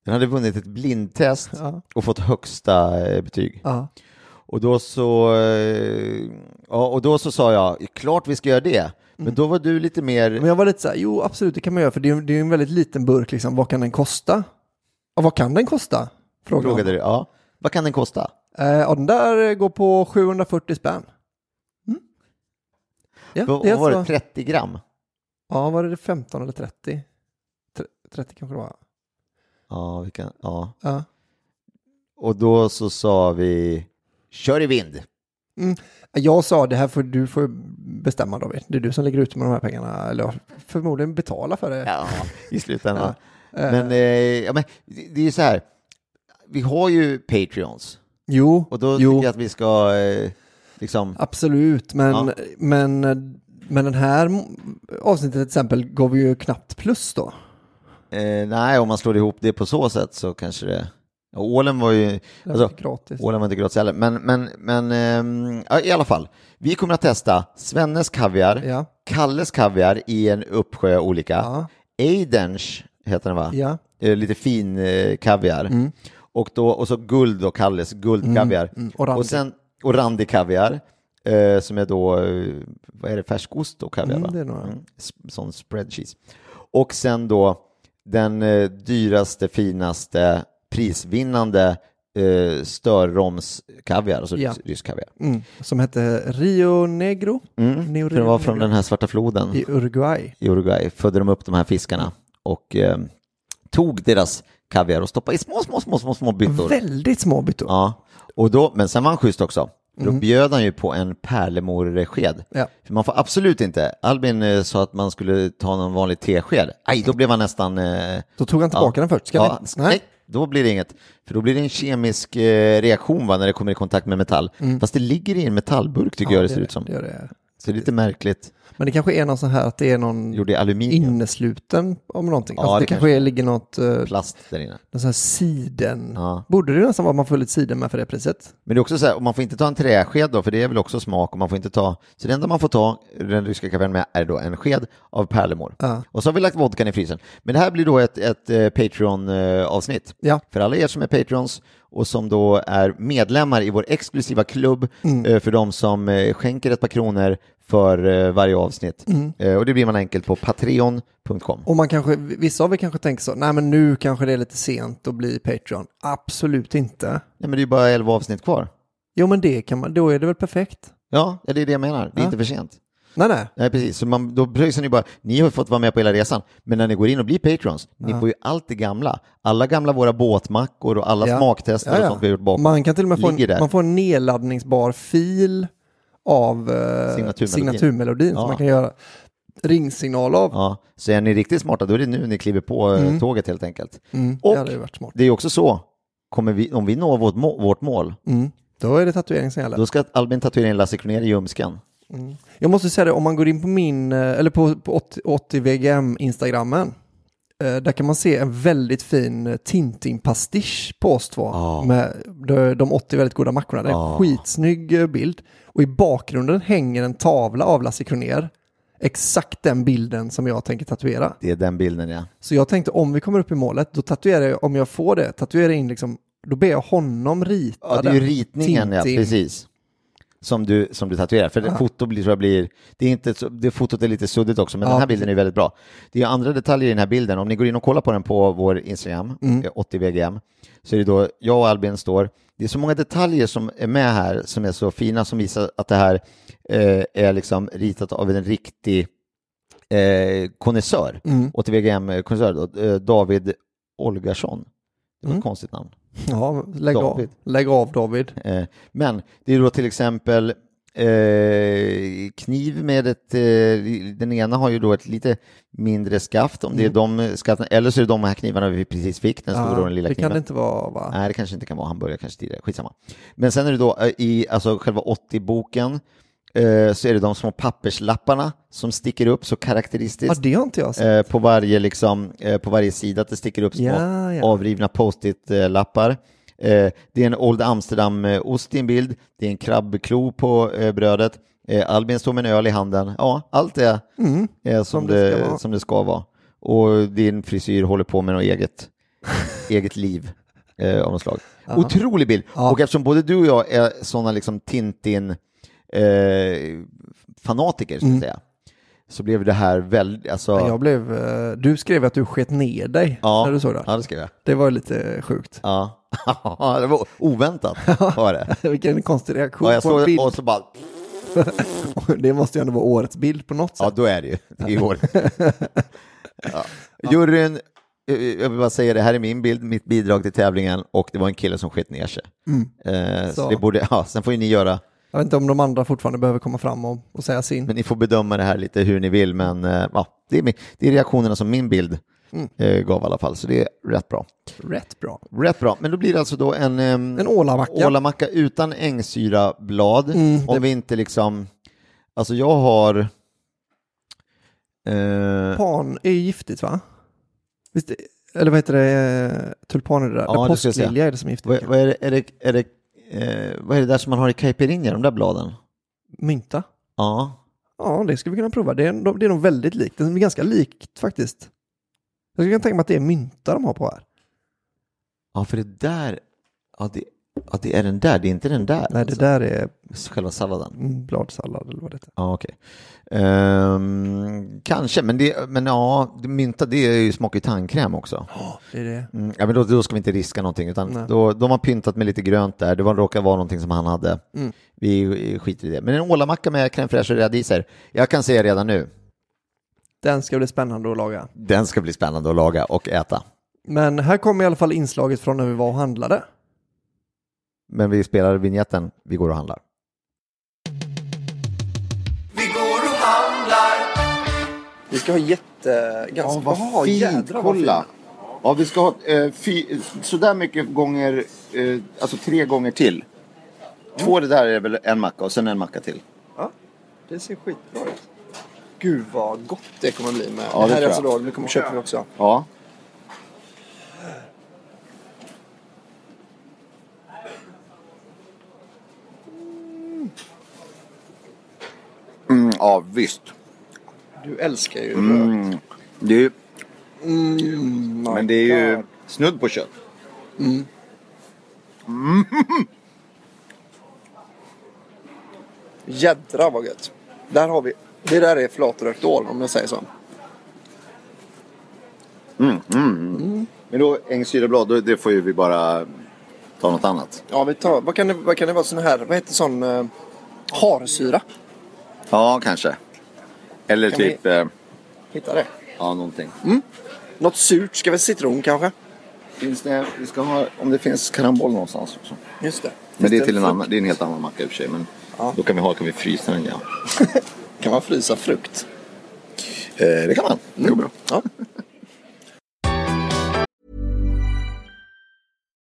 Speaker 3: Den hade vunnit ett blindtest
Speaker 4: Ja.
Speaker 3: och fått högsta eh, betyg.
Speaker 4: Ja.
Speaker 3: Och då så, eh, ja, och då så sa jag, klart vi ska göra det. Men då var du lite mer,
Speaker 4: Mm. Men jag var lite så här, jo absolut det kan man göra för det är, det är en väldigt liten burk liksom, vad kan den kosta? Ja, vad kan den kosta? Frågade,
Speaker 3: frågade
Speaker 4: han.
Speaker 3: du, ja, vad kan den kosta?
Speaker 4: Eh, ja, den där eh, går på 740 spänn. Mm. Ja,
Speaker 3: Vad
Speaker 4: det är
Speaker 3: vad var det,
Speaker 4: alltså-
Speaker 3: 30 gram?
Speaker 4: ja, var det 15 eller 30? Tre- 30 kanske det var.
Speaker 3: Ja, vi kan, ja.
Speaker 4: Ja.
Speaker 3: Och då så sa vi, kör i vind.
Speaker 4: Jag sa det här får du får bestämma David. Det är du som lägger ut med de här pengarna. Eller ja, förmodligen betala för det.
Speaker 3: Ja, i slutändan. Men, eh, ja, men det det är ju så här, vi har ju Patreons
Speaker 4: Jo,
Speaker 3: och då
Speaker 4: jo
Speaker 3: tycker jag att vi ska eh, liksom,
Speaker 4: absolut. Men,
Speaker 3: Ja.
Speaker 4: men, men den här avsnittet till exempel gav vi ju knappt plus då.
Speaker 3: eh, nej om man slår ihop det på så sätt så kanske det, Ja, ålen var ju,
Speaker 4: Det var
Speaker 3: alltså,
Speaker 4: gratis.
Speaker 3: ålen var inte gratis heller, men, men, men ehm, ja, i alla fall, vi kommer att testa Svennes kaviar,
Speaker 4: Ja,
Speaker 3: Kalles kaviar i en uppsjö olika,
Speaker 4: Ja.
Speaker 3: Eidens heter den va?
Speaker 4: ja.
Speaker 3: eh, lite fin eh, kaviar. Och, då, och så guld då, Kalles guldkaviar.
Speaker 4: Mm, mm. Och randig.
Speaker 3: och sen och randig kaviar. Eh, som är då, eh, vad är det, färskost och kaviar
Speaker 4: Mm,
Speaker 3: va?
Speaker 4: det är några.
Speaker 3: Sp- Sån spread cheese. Och sen då den eh, dyraste, finaste, prisvinnande eh, Störromskaviar, alltså
Speaker 4: Ja.
Speaker 3: rys- rysk kaviar.
Speaker 4: Mm. Som hette Rio Negro. Rio
Speaker 3: Mm, För det var från den här svarta floden.
Speaker 4: I Uruguay.
Speaker 3: i Uruguay födde de upp de här fiskarna och eh, tog deras kaviar och stoppade i små, små, små, små,
Speaker 4: Mm.
Speaker 3: små byttor.
Speaker 4: Väldigt små byttor.
Speaker 3: Ja, och då, men sen var han schysst också. Då bjöd han ju på en pärlemorsked.
Speaker 4: Mhm. Ja.
Speaker 3: För man får absolut inte, Albin eh, sa att man skulle ta någon vanlig tesked. Aj, då blev han nästan... Eh,
Speaker 4: Då tog han tillbaka den först. Ska
Speaker 3: ja,
Speaker 4: vi?
Speaker 3: nej. Då blir det inget, för då blir det en kemisk eh, reaktion va, när det kommer i kontakt med metall. Fast det ligger i en metallburk tycker
Speaker 4: Mm. Ja,
Speaker 3: jag det
Speaker 4: det
Speaker 3: ser
Speaker 4: gör
Speaker 3: ut som.
Speaker 4: Det gör det.
Speaker 3: Så det är lite märkligt.
Speaker 4: Men det kanske är någon sån här att det är någon
Speaker 3: Gjorde i aluminium,
Speaker 4: innesluten om någonting.
Speaker 3: Ja,
Speaker 4: alltså, det,
Speaker 3: det
Speaker 4: kanske är, ligger något, eh,
Speaker 3: plast där inne.
Speaker 4: någon sån här siden.
Speaker 3: Ja.
Speaker 4: Borde det nästan vara att man får lite siden med för det priset?
Speaker 3: Men det är också så här, och man får inte ta en träsked då, för det är väl också smak och man får inte ta, så det enda man får ta den ryska kaviaren med är då en sked av pärlemor.
Speaker 4: Ja.
Speaker 3: Och så har vi lagt vodkan i frysen. Men det här blir då ett, ett eh, Patreon-avsnitt.
Speaker 4: Ja.
Speaker 3: För alla er som är Patreons och som då är medlemmar i vår exklusiva klubb,
Speaker 4: Mm.
Speaker 3: eh, för de som eh, skänker ett par kronor för eh, varje avsnitt. Eh, Och det blir man enkelt på patreon.com.
Speaker 4: Mm. Och man kanske, vissa av er kanske tänker så, nej men nu kanske det är lite sent att bli Patreon. Absolut inte.
Speaker 3: Nej men det är ju bara 11 avsnitt kvar.
Speaker 4: Jo men det kan man, då är det väl perfekt.
Speaker 3: Ja, det är det jag menar. Det är
Speaker 4: Ja.
Speaker 3: inte för sent.
Speaker 4: Nej nej,
Speaker 3: Nej, precis. Så man, då pröjsar ni bara, ni har ju fått vara med på hela resan, men när ni går in och blir patrons, ni får ju allt det gamla. Alla gamla våra båtmackor och alla
Speaker 4: Ja.
Speaker 3: smaktester
Speaker 4: Ja, ja.
Speaker 3: och sånt vi har gjort bakom.
Speaker 4: man kan till och med få en,
Speaker 3: ligger där.
Speaker 4: man får en nedladdningsbar fil av eh,
Speaker 3: Signaturmelodin.
Speaker 4: signaturmelodin
Speaker 3: Ja.
Speaker 4: som man kan göra ringsignal av.
Speaker 3: Ja, så är ni riktigt smarta, då är det nu ni kliver på eh, tåget helt enkelt.
Speaker 4: Mm,
Speaker 3: Och-
Speaker 4: det hade ju varit smart.
Speaker 3: Det är ju också så, kommer vi, om vi når vårt, må, vårt mål,
Speaker 4: Mm. Då är det tatuering som gäller.
Speaker 3: då ska Albin tatuera in Lasse Kronér i ljumsken.
Speaker 4: Jag måste säga det, om man går in på min, eh, eller på, på 80, 80VGM Instagrammen, eh, där kan man se en väldigt fin eh, Tintin-pastisch på oss två. Med de, de 80 väldigt goda mackorna. Det är en skitsnygg eh, bild. Och i bakgrunden hänger en tavla av Lasse Kronér. Exakt den bilden som jag tänker tatuera.
Speaker 3: Det är den bilden ja.
Speaker 4: Så jag tänkte om vi kommer upp i målet, då tatuerar jag, om jag får det, tatuerar jag in liksom, då ber jag honom rita
Speaker 3: Ja, det är ju
Speaker 4: den.
Speaker 3: ritningen ja,
Speaker 4: Tintin.
Speaker 3: precis. Som du, som du tatuerar. För det fotot blir, tror jag blir, det är inte, så- det fotot är lite suddigt också, men den här bilden är väldigt bra. Det är andra detaljer i den här bilden. Om ni går in och kollar på den på vår Instagram, eh, 80VGM, så är det då jag och Albin står. Det är så många detaljer som är med här som är så fina som visar att det här eh, är liksom ritat av en riktig eh, konnässör. 80VGM-konnässör, eh, David Olgarsson. Det var ett konstigt namn.
Speaker 4: Ja, lägg av,
Speaker 3: David.
Speaker 4: lägg av David.
Speaker 3: Eh, Men det är då till exempel eh, kniv med ett, eh, den ena har ju då ett lite mindre skaft om det är de skaften, eller så är det de här knivarna vi precis fick, den stora och den lilla
Speaker 4: Mm. det kan
Speaker 3: kniven.
Speaker 4: det inte vara va?
Speaker 3: Nej, det kanske inte kan vara hamburgare, kanske tidigare, skitsamma. Men sen är det då eh, i alltså själva 80-boken eh, så är det de små papperslapparna som sticker upp så karaktäristiskt.
Speaker 4: Ja, det har inte jag sett.
Speaker 3: Eh, på, varje, liksom, eh, på varje sida att det sticker upp små
Speaker 4: Ja, ja.
Speaker 3: avrivna post-it-lappar. Eh, det är en Old Amsterdam-ost i en bild, det är en krabbklo på eh, brödet, eh, Albin står med en öl i handen. Ja, allt det är som,
Speaker 4: Mm. Som det
Speaker 3: det,
Speaker 4: ska vara.
Speaker 3: som det ska vara. Och din frisyr håller på med något eget, eget liv. Eh, av något slag. Otrolig bild! Och eftersom både du och jag är sådana liksom Tintin-fanatiker, skulle jag säga, så blev det här väldigt... Alltså,
Speaker 4: Mm. Jag blev, eh, du skrev att du sket ner dig när du såg det.
Speaker 3: Ja, det skrev jag.
Speaker 4: Det var ju lite sjukt.
Speaker 3: Ja. det var oväntat var det.
Speaker 4: Vilken konstig reaktion
Speaker 3: Ja, jag
Speaker 4: på en
Speaker 3: såg
Speaker 4: bild.
Speaker 3: och så bara,
Speaker 4: Det måste ju ändå vara årets bild på något sätt.
Speaker 3: ja då är det ju, det är ju år. Ja. Juryn eh, jag vill bara säga det, här är min bild, mitt bidrag till tävlingen och det var en kille som skit ner sig. Eh, så.
Speaker 4: Mm. Så.
Speaker 3: det borde, ja, sen får ju ni göra,
Speaker 4: Jag vet inte om de andra fortfarande behöver komma fram och, och säga sin.
Speaker 3: men ni får bedöma det här lite hur ni vill, men eh, ja, det, är, min- det är reaktionerna som min bild
Speaker 4: Mm.
Speaker 3: eh, gav i alla fall, så det är rätt bra.
Speaker 4: Rätt bra.
Speaker 3: Rätt bra, men då blir det alltså då en, ehm,
Speaker 4: En ålamacka.
Speaker 3: ålamacka utan ängsyrablad.
Speaker 4: Mm,
Speaker 3: om vi inte liksom, alltså jag har, eh,
Speaker 4: Pan är ju giftigt va? Visst, eller vad heter det? eh, Tulpaner det där?
Speaker 3: Ja,
Speaker 4: Ja,
Speaker 3: det ska jag
Speaker 4: Påsklilja
Speaker 3: säga.
Speaker 4: är det som är giftigt.
Speaker 3: vad, vad är det, är det, är det eh, vad är det där som man har i caipirinha, de där bladen?
Speaker 4: Mynta.
Speaker 3: Ja,
Speaker 4: Ja, det skulle vi kunna prova. Det är, de- det är nog väldigt likt. Det är ganska likt faktiskt. Jag skulle kunna tänka mig att det är mynta de har på här.
Speaker 3: ja för det där, ja det, ja, det är den där, det är inte den där.
Speaker 4: Nej, det där är
Speaker 3: alltså, själva salladen.
Speaker 4: mm, bladsallad eller vad det heter.
Speaker 3: Ja, okej. Ehm, kanske, men, det, men ja, det- mynta det är ju, smakar ju tandkräm också.
Speaker 4: Det är det.
Speaker 3: Mm, ja, men då, då ska vi inte riska någonting, utan
Speaker 4: Nej.
Speaker 3: då, de har pyntat med lite grönt där. Det var, råkar vara någonting som han hade.
Speaker 4: Mm.
Speaker 3: Vi eh, skiter i det. Men en ålamacka med crème fraîche och radiser, jag kan säga redan nu,
Speaker 4: Den ska bli spännande att laga.
Speaker 3: den ska bli spännande att laga och äta.
Speaker 4: Men här kommer i alla fall inslaget från när vi var och handlade.
Speaker 3: Men vi spelar vignetten, vi går och handlar.
Speaker 2: Vi går och handlar.
Speaker 4: Vi ska ha jätte... Ganska...
Speaker 3: Ja, vi ska ha eh, fy, sådär mycket gånger, eh, alltså tre gånger till. Två det där är väl en macka och sen en macka till.
Speaker 4: Det ser skitbra ut. Gud vad gott det kommer bli med.
Speaker 3: Ja, det här är tror alltså jag.
Speaker 4: då, nu kommer köpa vi också.
Speaker 3: Ja. Mm, ja, visst.
Speaker 4: Du älskar ju
Speaker 3: Mm. Det är ju... men det är ju snudd på kött.
Speaker 4: Jädra vad gött. Där har vi... Det där är flatrökt ål om jag säger så.
Speaker 3: Men då ängsyrablad, då- det får ju vi bara ta något annat.
Speaker 4: Ja, vi tar... Vad kan det, vad kan det vara sån här... Vad heter sån... Eh, harsyra.
Speaker 3: Ja, kanske. Eller
Speaker 4: Kan
Speaker 3: typ... eh,
Speaker 4: Hitta det.
Speaker 3: Ja, någonting. Mm.
Speaker 4: Något surt. Ska vi citron kanske?
Speaker 3: Finns det, vi ska ha, om det finns karambol någonstans också.
Speaker 4: Just det.
Speaker 3: Men
Speaker 4: Finns
Speaker 3: det är till en
Speaker 4: frukt?
Speaker 3: annan, det är en helt annan macka i och för sig. Men då kan vi ha, kan vi frysa den igen.
Speaker 4: Kan man frysa frukt?
Speaker 3: Eh, det kan man, det går bra.
Speaker 4: Ja.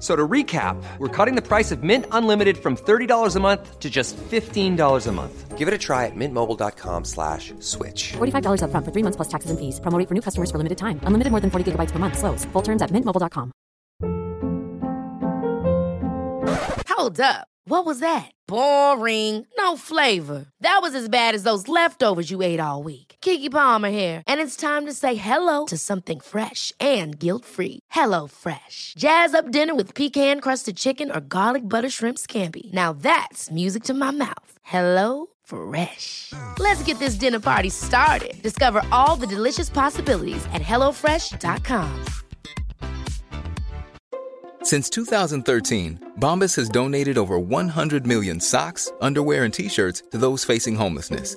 Speaker 1: So to recap, we're cutting the price of Mint Unlimited from $30 a month to just $15 a month. Give it a try at mintmobile.com slash switch.
Speaker 5: $45 upfront for three months plus taxes and fees. Promo rate for new customers for limited time. Unlimited more than 40 gigabytes per month. Slows. Full terms at mintmobile.com.
Speaker 6: Hold up. What was that? Boring. No flavor. That was as bad as those leftovers you ate all week. Kiki Palmer here, and it's time to say hello to something fresh and guilt-free. Hello Fresh. Jazz up dinner with pecan-crusted chicken or garlic butter shrimp scampi. Now that's music to my mouth. Hello Fresh. Let's get this dinner party started. Discover all the delicious possibilities at hellofresh.com.
Speaker 7: Since 2013, Bombas has donated over 100 million socks, underwear, and t shirts to those facing homelessness.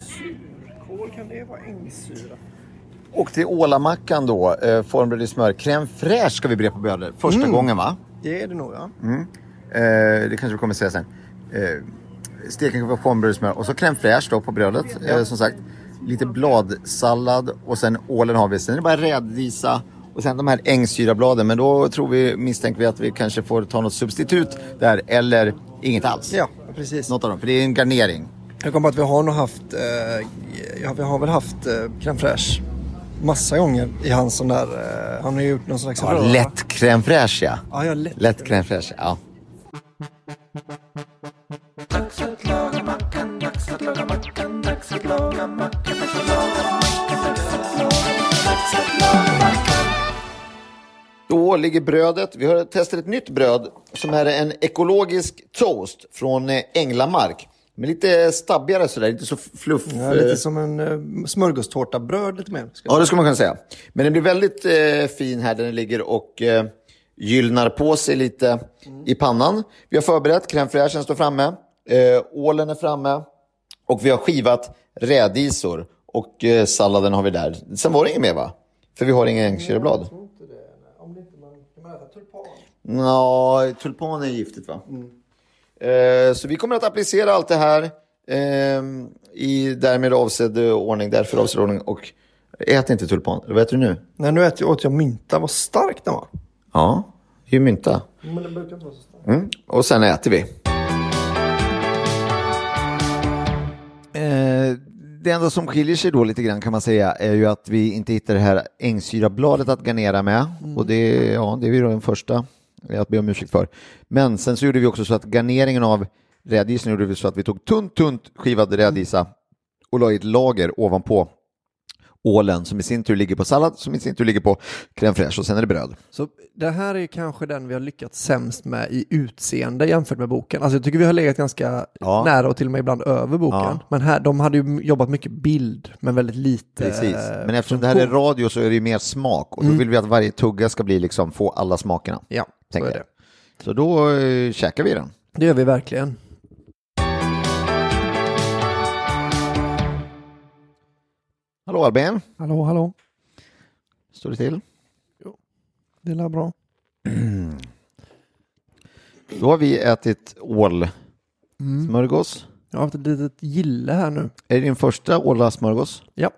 Speaker 4: Surkål, kan det vara ängsyra?
Speaker 3: Och till ålamackan då, eh, formbröd i smör. Crème fraîche ska vi bre på brödet. Första gången va?
Speaker 4: Det är det nog ja. Mm.
Speaker 3: Eh, det kanske vi kommer säga sen. Eh, steken på formbröd i smör och så crème fraîche då på brödet. Eh, som sagt, lite bladsallad och sen ålen har vi. Sen är det bara rädisa och sen de här ängsyrabladen. Men då tror vi, misstänker vi att vi kanske får ta något substitut där eller inget alls.
Speaker 4: Ja, precis.
Speaker 3: Något av dem, för det är en garnering.
Speaker 4: Jag kommer på att vi har nog haft, eh, ja, vi har väl haft eh, crème fraîche massa gånger i hans sån där... eh, han har ju gjort någon slags
Speaker 3: Ja,
Speaker 4: röra.
Speaker 3: lätt crème fraîche ja.
Speaker 4: Ja, ja, lätt.
Speaker 3: Lätt crème fraîche, ja. Då ligger brödet. Vi har testat ett nytt bröd som är en ekologisk toast från eh, Änglamark. Men lite stabbigare sådär, inte så fluff. eh,
Speaker 4: Ja, lite som en uh, smörgåstårta bröd lite mer. Ska
Speaker 3: Ja, det skulle man kunna säga. Men den blir väldigt eh, fin här där den ligger och eh, gyllnar på sig lite i pannan. Vi har förberett, crème fraîchen står framme, eh, ålen är framme och vi har skivat rädisor och eh, salladen har vi där. Sen var det inget mer va? För vi har inga ängsjöblad. Ja, tulpan är giftigt va? Eh, så vi kommer att applicera allt det här ehm, i därmed avsedd eh, ordning, därför avsedd ordning. Och ät inte tulpan. Vad äter du nu?
Speaker 4: Nej, nu äter jag, åt jag mynta. Vad stark den var.
Speaker 3: Ja, det är ju mynta.
Speaker 4: Men den brukar inte vara så stark.
Speaker 3: Mm. Och sen äter vi. Eh, det enda som skiljer sig då lite grann kan man säga är ju att vi inte hittar det här ängsyrabladet att garnera med. Och det, ja, det är vi då den första att be om ursäkt för. Men sen så gjorde vi också så att garneringen av rädisen gjorde vi så att vi tog tunt, tunt skivad rädisa och la i ett lager ovanpå ålen som i sin tur ligger på sallad som i sin tur ligger på crème fraîche och sen är det bröd.
Speaker 4: Så det här är kanske den vi har lyckats sämst med i utseende jämfört med boken. Alltså jag tycker vi har legat ganska
Speaker 3: Ja.
Speaker 4: nära och till och med ibland över boken.
Speaker 3: Ja.
Speaker 4: Men här, de hade ju jobbat mycket bild, men väldigt lite...
Speaker 3: Precis, men eftersom det här är
Speaker 4: funktion.
Speaker 3: radio så är det ju mer smak och då vill vi att varje tugga ska bli liksom, få alla smakerna.
Speaker 4: Mm. Ja, så
Speaker 3: tänker
Speaker 4: är
Speaker 3: jag.
Speaker 4: det.
Speaker 3: Så då eh, käkar vi den.
Speaker 4: Det gör vi verkligen.
Speaker 3: Hallå Albin,
Speaker 4: Hallå, hallå.
Speaker 3: står det till?
Speaker 4: Det är bra.
Speaker 3: Då har vi ätit
Speaker 4: Mm.
Speaker 3: ålsmörgås.
Speaker 4: Jag har haft ett litet gille här nu.
Speaker 3: Är det din första ålasmörgås?
Speaker 4: Ja.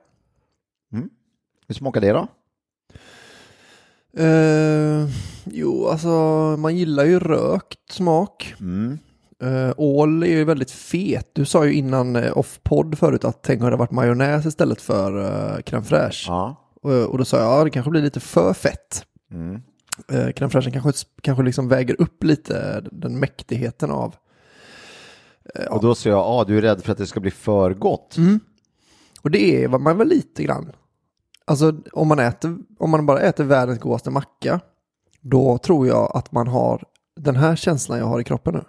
Speaker 3: Hur smakar det då?
Speaker 4: Eh, jo, alltså man gillar ju rökt smak.
Speaker 3: Mm.
Speaker 4: Eh, ål är ju väldigt fet. Du sa ju innan eh, off-podd förut att tänk om det hade varit majonnäs istället för eh, crème fraîche.
Speaker 3: Ja.
Speaker 4: Och, och då sa jag, ja det kanske blir lite för fett.
Speaker 3: Mm.
Speaker 4: Eh, crème fraîchen kanske, kanske liksom väger upp lite den mäktigheten av.
Speaker 3: Och då säger jag, ah, du är rädd för att det ska bli för gott.
Speaker 4: Mm. Och det är vad man väl lite grann. Alltså om man, äter, om man bara äter världens godaste macka, då tror jag att man har den här känslan jag har i kroppen nu.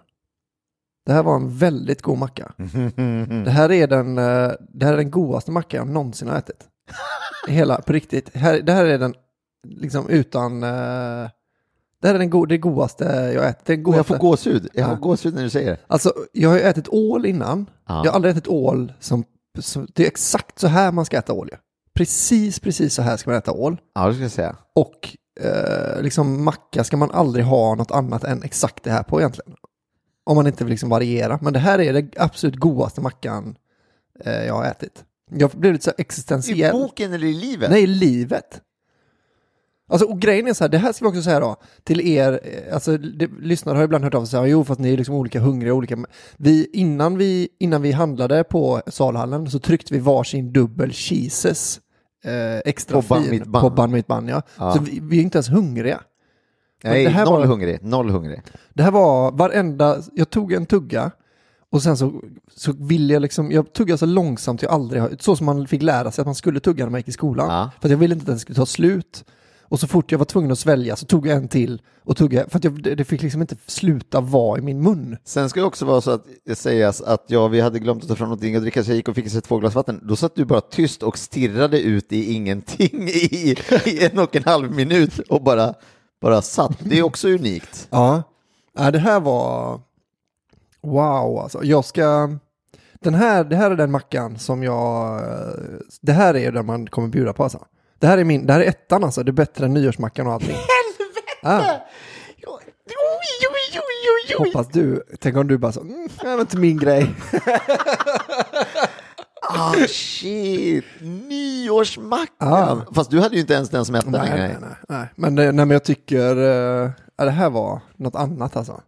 Speaker 4: Det här var en väldigt god macka. Det här är den, eh, det här är den godaste macka jag någonsin har ätit. Hela, på riktigt. Här, det här är den, liksom utan... eh, Det här är den go, det godaste jag ätit. Den
Speaker 3: Och jag
Speaker 4: godaste.
Speaker 3: får gåshud. Jag får
Speaker 4: Ja.
Speaker 3: gåshud när du säger det.
Speaker 4: Alltså, jag har ju ätit ål innan.
Speaker 3: Ja.
Speaker 4: Jag har aldrig ätit ål som, som... Det är exakt så här man ska äta ål ju. Precis, precis så här ska man äta ål.
Speaker 3: Ja, det ska jag säga.
Speaker 4: Och eh, liksom macka ska man aldrig ha något annat än exakt det här på egentligen. Om man inte vill liksom variera. Men det här är det absolut godaste mackan eh, jag har ätit. Jag blev lite så här
Speaker 3: I
Speaker 4: existentiell.
Speaker 3: boken eller i livet?
Speaker 4: Nej, livet. Alltså, och grejen är så här, det här ska vi också säga då, till er, eh, alltså det, lyssnare har ju ibland hört av sig så här, jo fast ni är liksom olika hungriga, olika, vi, innan vi, innan vi handlade på salhallen så tryckte vi varsin dubbel cheeses eh, extra
Speaker 3: På banh
Speaker 4: fin
Speaker 3: mitt banh.
Speaker 4: på banh mitt banh, ja.
Speaker 3: Ja.
Speaker 4: Så vi, vi är inte ens hungriga. Men
Speaker 3: Nej,
Speaker 4: det här
Speaker 3: noll
Speaker 4: var-
Speaker 3: hungrig. Noll hungrig.
Speaker 4: Det här var varenda, jag tog en tugga och sen så, så ville jag liksom, jag tuggade så långsamt jag aldrig har, så som man fick lära sig att man skulle tugga när man gick i skolan.
Speaker 3: Ja.
Speaker 4: För att jag ville inte att den skulle ta slut. Och så fort jag var tvungen att svälja så tog jag en till och tuggade, för att jag, det det fick liksom inte sluta vara i min mun.
Speaker 3: Sen ska det också vara så att det sägas att ja, vi hade glömt att ta fram någonting att dricka så jag gick och fixade två glas vatten. Då satt du bara tyst och stirrade ut i ingenting i, i en och en halv minut och bara, bara satt. Det är också unikt.
Speaker 4: Ja. ja det här var, wow alltså. Jag ska, den här, det här är den mackan som jag, det här är den man kommer bjuda på alltså. Det här är min, det här är ettan alltså, det är bättre än nyårsmackan och allting. Helvete! Hoppas du, tänk om du bara så, mm, det här var inte min grej.
Speaker 3: Ah shit, nyårsmackan.
Speaker 4: Ah.
Speaker 3: Fast du hade ju inte ens den som hette
Speaker 4: Nej,
Speaker 3: längre.
Speaker 4: nej, nej. nej. Men, eh, nej, men jag tycker eh, ja, det här var något annat alltså.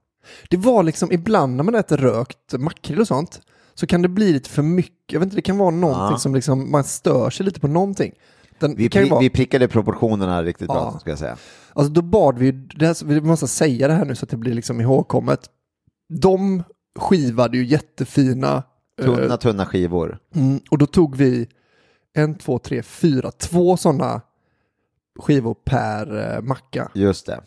Speaker 4: Det var liksom ibland när man äter rökt makrill och sånt så kan det bli lite för mycket. Jag vet inte, det kan vara någonting
Speaker 3: Ja.
Speaker 4: som liksom, man stör sig lite på någonting. Den
Speaker 3: Vi,
Speaker 4: kan ju
Speaker 3: pri-
Speaker 4: vara-
Speaker 3: vi prickade proportionerna riktigt bra,
Speaker 4: Ja.
Speaker 3: ska jag säga.
Speaker 4: Alltså då bad vi ju, det här, vi måste säga det här nu så att det blir liksom ihågkommet. De skivade ju jättefina eh,
Speaker 3: Tunna, tunna skivor.
Speaker 4: mm, och då tog vi en, två, tre, fyra, två sådana skivor per eh, macka.
Speaker 3: Just det.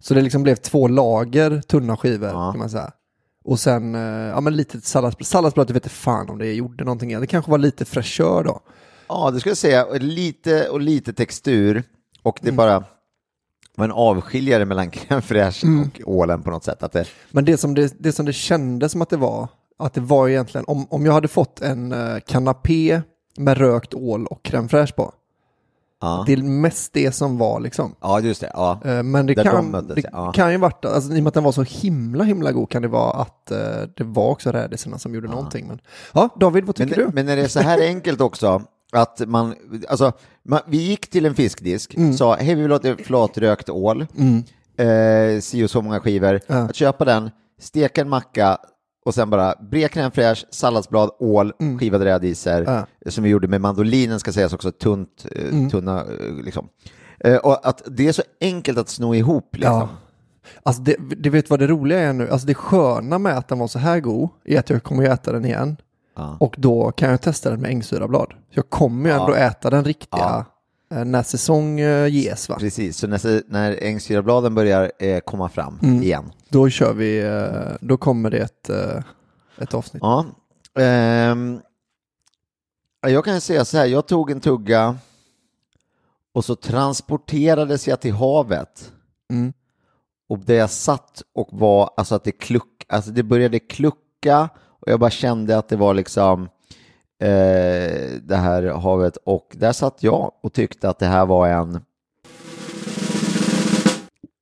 Speaker 4: Så det liksom blev två lager tunna skivor
Speaker 3: Ja.
Speaker 4: kan man säga. Och sen, eh, ja men lite salladsblad, salladsblad jag vet inte fan om det gjorde någonting. Det kanske var lite fräschör då.
Speaker 3: Ja, det skulle jag säga. Och Lite och lite textur. Och det bara var en avskiljare mellan crème fraîche och ålen på något sätt. Att det,
Speaker 4: Men det som det, det som det kändes som att det var, att det var egentligen, om, om jag hade fått en eh, kanapé med rökt ål och crème fraîche på.
Speaker 3: ja.
Speaker 4: Det är mest det som var liksom.
Speaker 3: ja, just det. Ja.
Speaker 4: Eh, Men det,
Speaker 3: Där de
Speaker 4: kan,
Speaker 3: möttes,
Speaker 4: det
Speaker 3: ja.
Speaker 4: kan ju varit, alltså, i och med att den var så himla himla god kan det vara att eh, det var också rädisorna som gjorde någonting. Men, ja, David, vad
Speaker 3: Men,
Speaker 4: tycker du?
Speaker 3: men när det är så här enkelt också, att man, alltså, man, vi gick till en fiskdisk,
Speaker 4: Mm.
Speaker 3: sa hej vi vill ha ett flatrökt ål, eh, si och så många skivor, att köpa den, steka en macka och sen bara bred crème fraîche, salladsblad, ål,
Speaker 4: Mm.
Speaker 3: skivad rädisor, som vi gjorde med mandolinen ska sägas också, tunt, eh,
Speaker 4: Mm.
Speaker 3: tunna eh, liksom. Eh, och att det är så enkelt att sno ihop liksom.
Speaker 4: Ja. Alltså det, det vet vad det roliga är nu, alltså det sköna med att den var så här god är att jag kommer ju äta den igen. Och då kan jag testa den med ängsyrablad. Så jag kommer ju ändå äta den riktiga eh, när säsong eh, ges va.
Speaker 3: Precis, så när, när ängssyrabladen börjar eh, komma fram
Speaker 4: Mm.
Speaker 3: igen.
Speaker 4: Då kör vi, eh, då kommer det ett, eh, ett avsnitt.
Speaker 3: Ja. Ehm, jag kan säga så här, jag tog en tugga och så transporterades jag till havet. Och där jag satt och var, alltså att det kluck, alltså det började klucka och jag bara kände att det var liksom eh, det här havet och där satt jag och tyckte att det här var en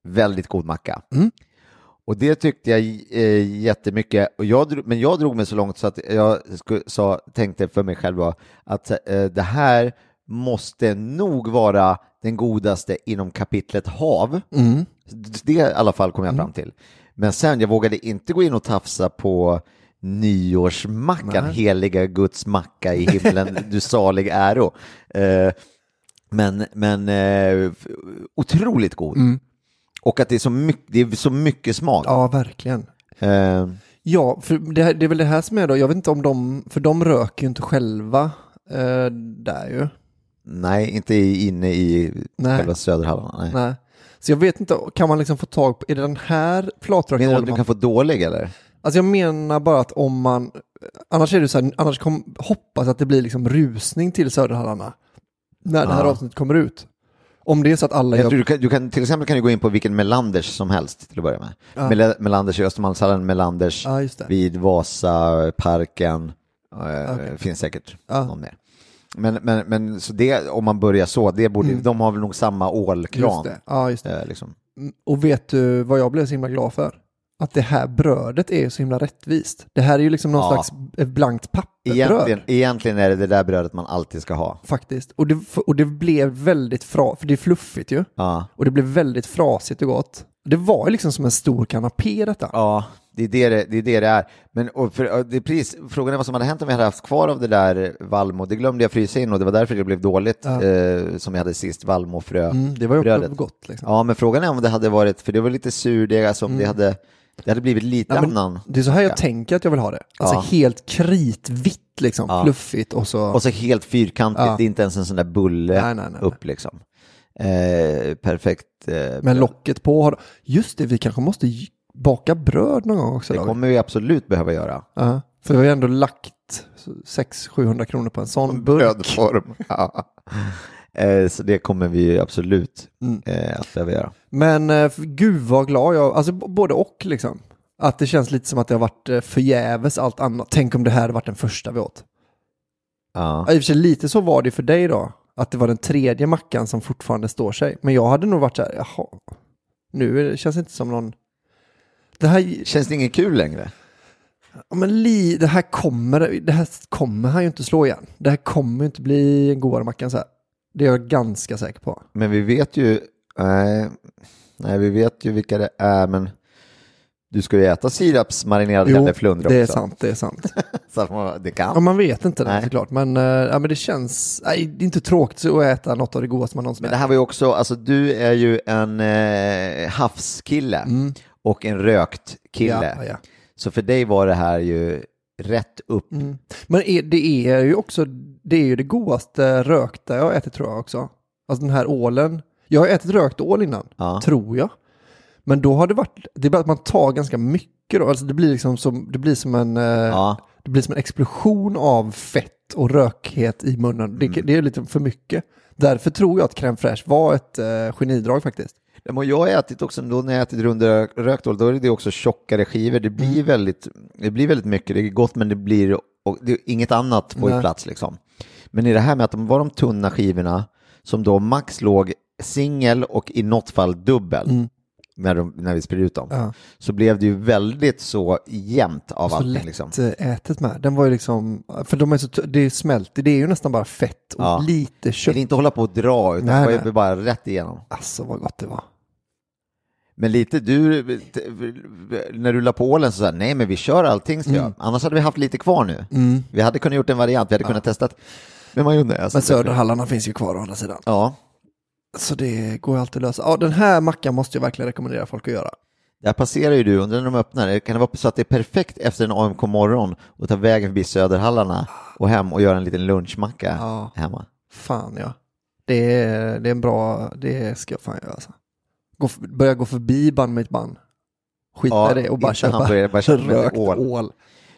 Speaker 3: väldigt god macka. Och det tyckte jag eh, jättemycket. Och jag drog, men jag drog mig så långt så att jag sku, sa, tänkte för mig själv då, att eh, det här måste nog vara den godaste inom kapitlet hav. Det i alla fall kom jag fram till. Men sen, jag vågade inte gå in och tafsa på nyårsmackan, heliga Guds macka i himlen, du salig äro. Eh, men men eh, f- otroligt god. Och att det är så mycket, det är så mycket smak.
Speaker 4: Ja, verkligen.
Speaker 3: Eh,
Speaker 4: Ja, för det, här, det är väl det här som är då, jag vet inte om de, för de röker ju inte själva eh, där ju.
Speaker 3: nej, inte i- inne i
Speaker 4: Nej.
Speaker 3: själva Söderhallarna. Nej.
Speaker 4: Nej. Så jag vet inte, kan man liksom få tag på, är det den här flatrökta
Speaker 3: Menar du
Speaker 4: ålen
Speaker 3: att du
Speaker 4: man
Speaker 3: kan få dålig eller?
Speaker 4: Alltså jag menar bara att om man, annars är det så här, annars kom, hoppas att det blir liksom rusning till Söderhallarna när det här
Speaker 3: Ja.
Speaker 4: avsnittet kommer ut. Om det är så att alla
Speaker 3: Jag
Speaker 4: gör,
Speaker 3: tror du kan, du kan, till exempel kan du gå in på vilken Melanders som helst till att börja med. Mel- Melanders i Östermalmshallen, Melanders
Speaker 4: Ja, just det.
Speaker 3: vid Vasaparken. Eh, finns säkert någon mer. Men, men, men så det, om man börjar så, det borde, de har väl nog samma
Speaker 4: just
Speaker 3: ålkran.
Speaker 4: det. Ja, Mm. just det.
Speaker 3: Eh, liksom.
Speaker 4: Och vet du vad jag blev så himla glad för? Att det här brödet är så himla rättvist. Det här är ju liksom någon
Speaker 3: Ja.
Speaker 4: slags eh, blankt papperbröd.
Speaker 3: egentligen, egentligen är det det där brödet man alltid ska ha.
Speaker 4: Faktiskt. Och det, och det blev väldigt fra, för det är fluffigt ju.
Speaker 3: Ja.
Speaker 4: Och det blev väldigt frasigt och gott. Det var ju liksom som en stor kanapé detta.
Speaker 3: Ja, det är det det, det, är, det det är. Men och för, och det är precis, frågan är vad som hade hänt om jag hade haft kvar av det där Valmo. Det glömde jag frysa in och det var därför det blev dåligt eh, som jag hade sist, Valmofrö.
Speaker 4: Mm, det var ju också
Speaker 3: brödet.
Speaker 4: gott liksom.
Speaker 3: Ja, men frågan är om det hade varit, för det var lite surdeg, alltså om det hade, det hade blivit lite
Speaker 4: Mm. Ja, men
Speaker 3: annan.
Speaker 4: Det är så här jag tänker att jag vill ha det. Alltså
Speaker 3: Ja.
Speaker 4: helt kritvitt liksom, fluffigt och så...
Speaker 3: Och så helt fyrkantigt, det är inte ens en sån där bulle
Speaker 4: Nej, nej, nej.
Speaker 3: upp liksom. Eh, perfekt. Eh,
Speaker 4: men
Speaker 3: bröd.
Speaker 4: locket på. har- Just det, vi kanske måste j- baka bröd någon gång också.
Speaker 3: det
Speaker 4: David.
Speaker 3: kommer vi absolut behöva göra.
Speaker 4: Ja. För vi har ju ändå lagt 600-700 kronor på en sån burk.
Speaker 3: Brödform. ja. eh, så det kommer vi absolut
Speaker 4: Mm.
Speaker 3: eh, att behöva göra.
Speaker 4: Men eh, för- gud vad glad jag... Alltså b- både och liksom. Att det känns lite som att det har varit eh, förgäves allt annat. Tänk om det här hade varit den första vi åt.
Speaker 3: Ja.
Speaker 4: Ja, I och för sig lite så var det för dig då. Att det var den tredje mackan som fortfarande står sig. Men jag hade nog varit så här, jaha. Nu är det- känns det inte som någon... Det här,
Speaker 3: Känns det inget kul längre?
Speaker 4: ja, men li, det, här kommer, det här kommer han ju inte slå igen. Det här kommer ju inte bli en godare macka än så här. Det är jag ganska säker på.
Speaker 3: Men vi vet ju, nej, nej vi vet ju vilka det är, men Du ska ju äta sirapsmarinerad
Speaker 4: Jo,
Speaker 3: gäddeflundra också.
Speaker 4: det är sant, det är sant.
Speaker 3: Så att man, det
Speaker 4: Ja,
Speaker 3: kan.
Speaker 4: man vet inte det
Speaker 3: Nej.
Speaker 4: såklart, men, eh, ja, men det känns, nej, det är inte tråkigt att äta något av det godaste man någonsin
Speaker 3: Men det här var ju också, alltså du är ju en eh, havskille och en rökt kille.
Speaker 4: Mm. Ja, ja.
Speaker 3: Så för dig var det här ju rätt upp.
Speaker 4: Men är, det är ju också det, är ju det godaste rökta jag har ätit tror jag också. Alltså den här ålen. Jag har ätit rökt ål innan,
Speaker 3: Ja.
Speaker 4: tror jag. Men då har det varit, det är bara att man tar ganska mycket då. Alltså det blir liksom som, det blir som en, eh,
Speaker 3: Ja.
Speaker 4: det blir som en explosion av fett och rökhet i munnen. Det,
Speaker 3: Mm.
Speaker 4: det är lite för mycket. Därför tror jag att crème fraîche var ett eh, genidrag faktiskt.
Speaker 3: Ja, men Jag har ätit också, då när jag ätit rundrökt ål, då är det också tjockare skivor. Det blir,
Speaker 4: Mm.
Speaker 3: väldigt, det blir väldigt mycket, det är gott men det blir och det är inget annat på
Speaker 4: Nej.
Speaker 3: Nej. plats liksom. Men i det här med att de var de tunna skivorna som då max låg singel och i något fall dubbel när, de, när vi spred ut dem,
Speaker 4: Mm. Ja.
Speaker 3: så blev det ju väldigt så jämnt av
Speaker 4: så
Speaker 3: allting.
Speaker 4: lätt
Speaker 3: Liksom.
Speaker 4: eh, ätet med. Den var ju liksom, för de är så, t- det smälter, det är ju nästan bara fett och
Speaker 3: Ja.
Speaker 4: lite
Speaker 3: Det är
Speaker 4: kött.
Speaker 3: inte hålla på att dra utan
Speaker 4: Nej,
Speaker 3: det var
Speaker 4: nej.
Speaker 3: ju bara rätt igenom.
Speaker 4: Alltså vad gott det var.
Speaker 3: Men lite du, t- när du la på ålen så sa jag, nej men vi kör allting, så
Speaker 4: Mm.
Speaker 3: jag. annars hade vi haft lite kvar nu. Vi hade kunnat gjort en variant, vi hade kunnat testat. Men man gjorde alltså,
Speaker 4: Men Söderhallarna finns ju kvar å andra sidan.
Speaker 3: Ja,
Speaker 4: Så det går ju alltid att lösa. Ja, den här mackan måste jag verkligen rekommendera folk att göra.
Speaker 3: där passerar ju du, undrar när de öppnar, kan det vara så att det är perfekt efter en AMK morgon och ta vägen förbi Söderhallarna och hem och göra en liten lunchmacka
Speaker 4: Ja.
Speaker 3: hemma?
Speaker 4: Fan ja. Det är, det är en bra, det ska jag fan göra alltså. Gå, f- börja gå förbi band mitt band. Skita
Speaker 3: Ja,
Speaker 4: i det och bara
Speaker 3: inte
Speaker 4: köpa
Speaker 3: hamburgare, bara köpa lite
Speaker 4: rökt ål.
Speaker 3: ål.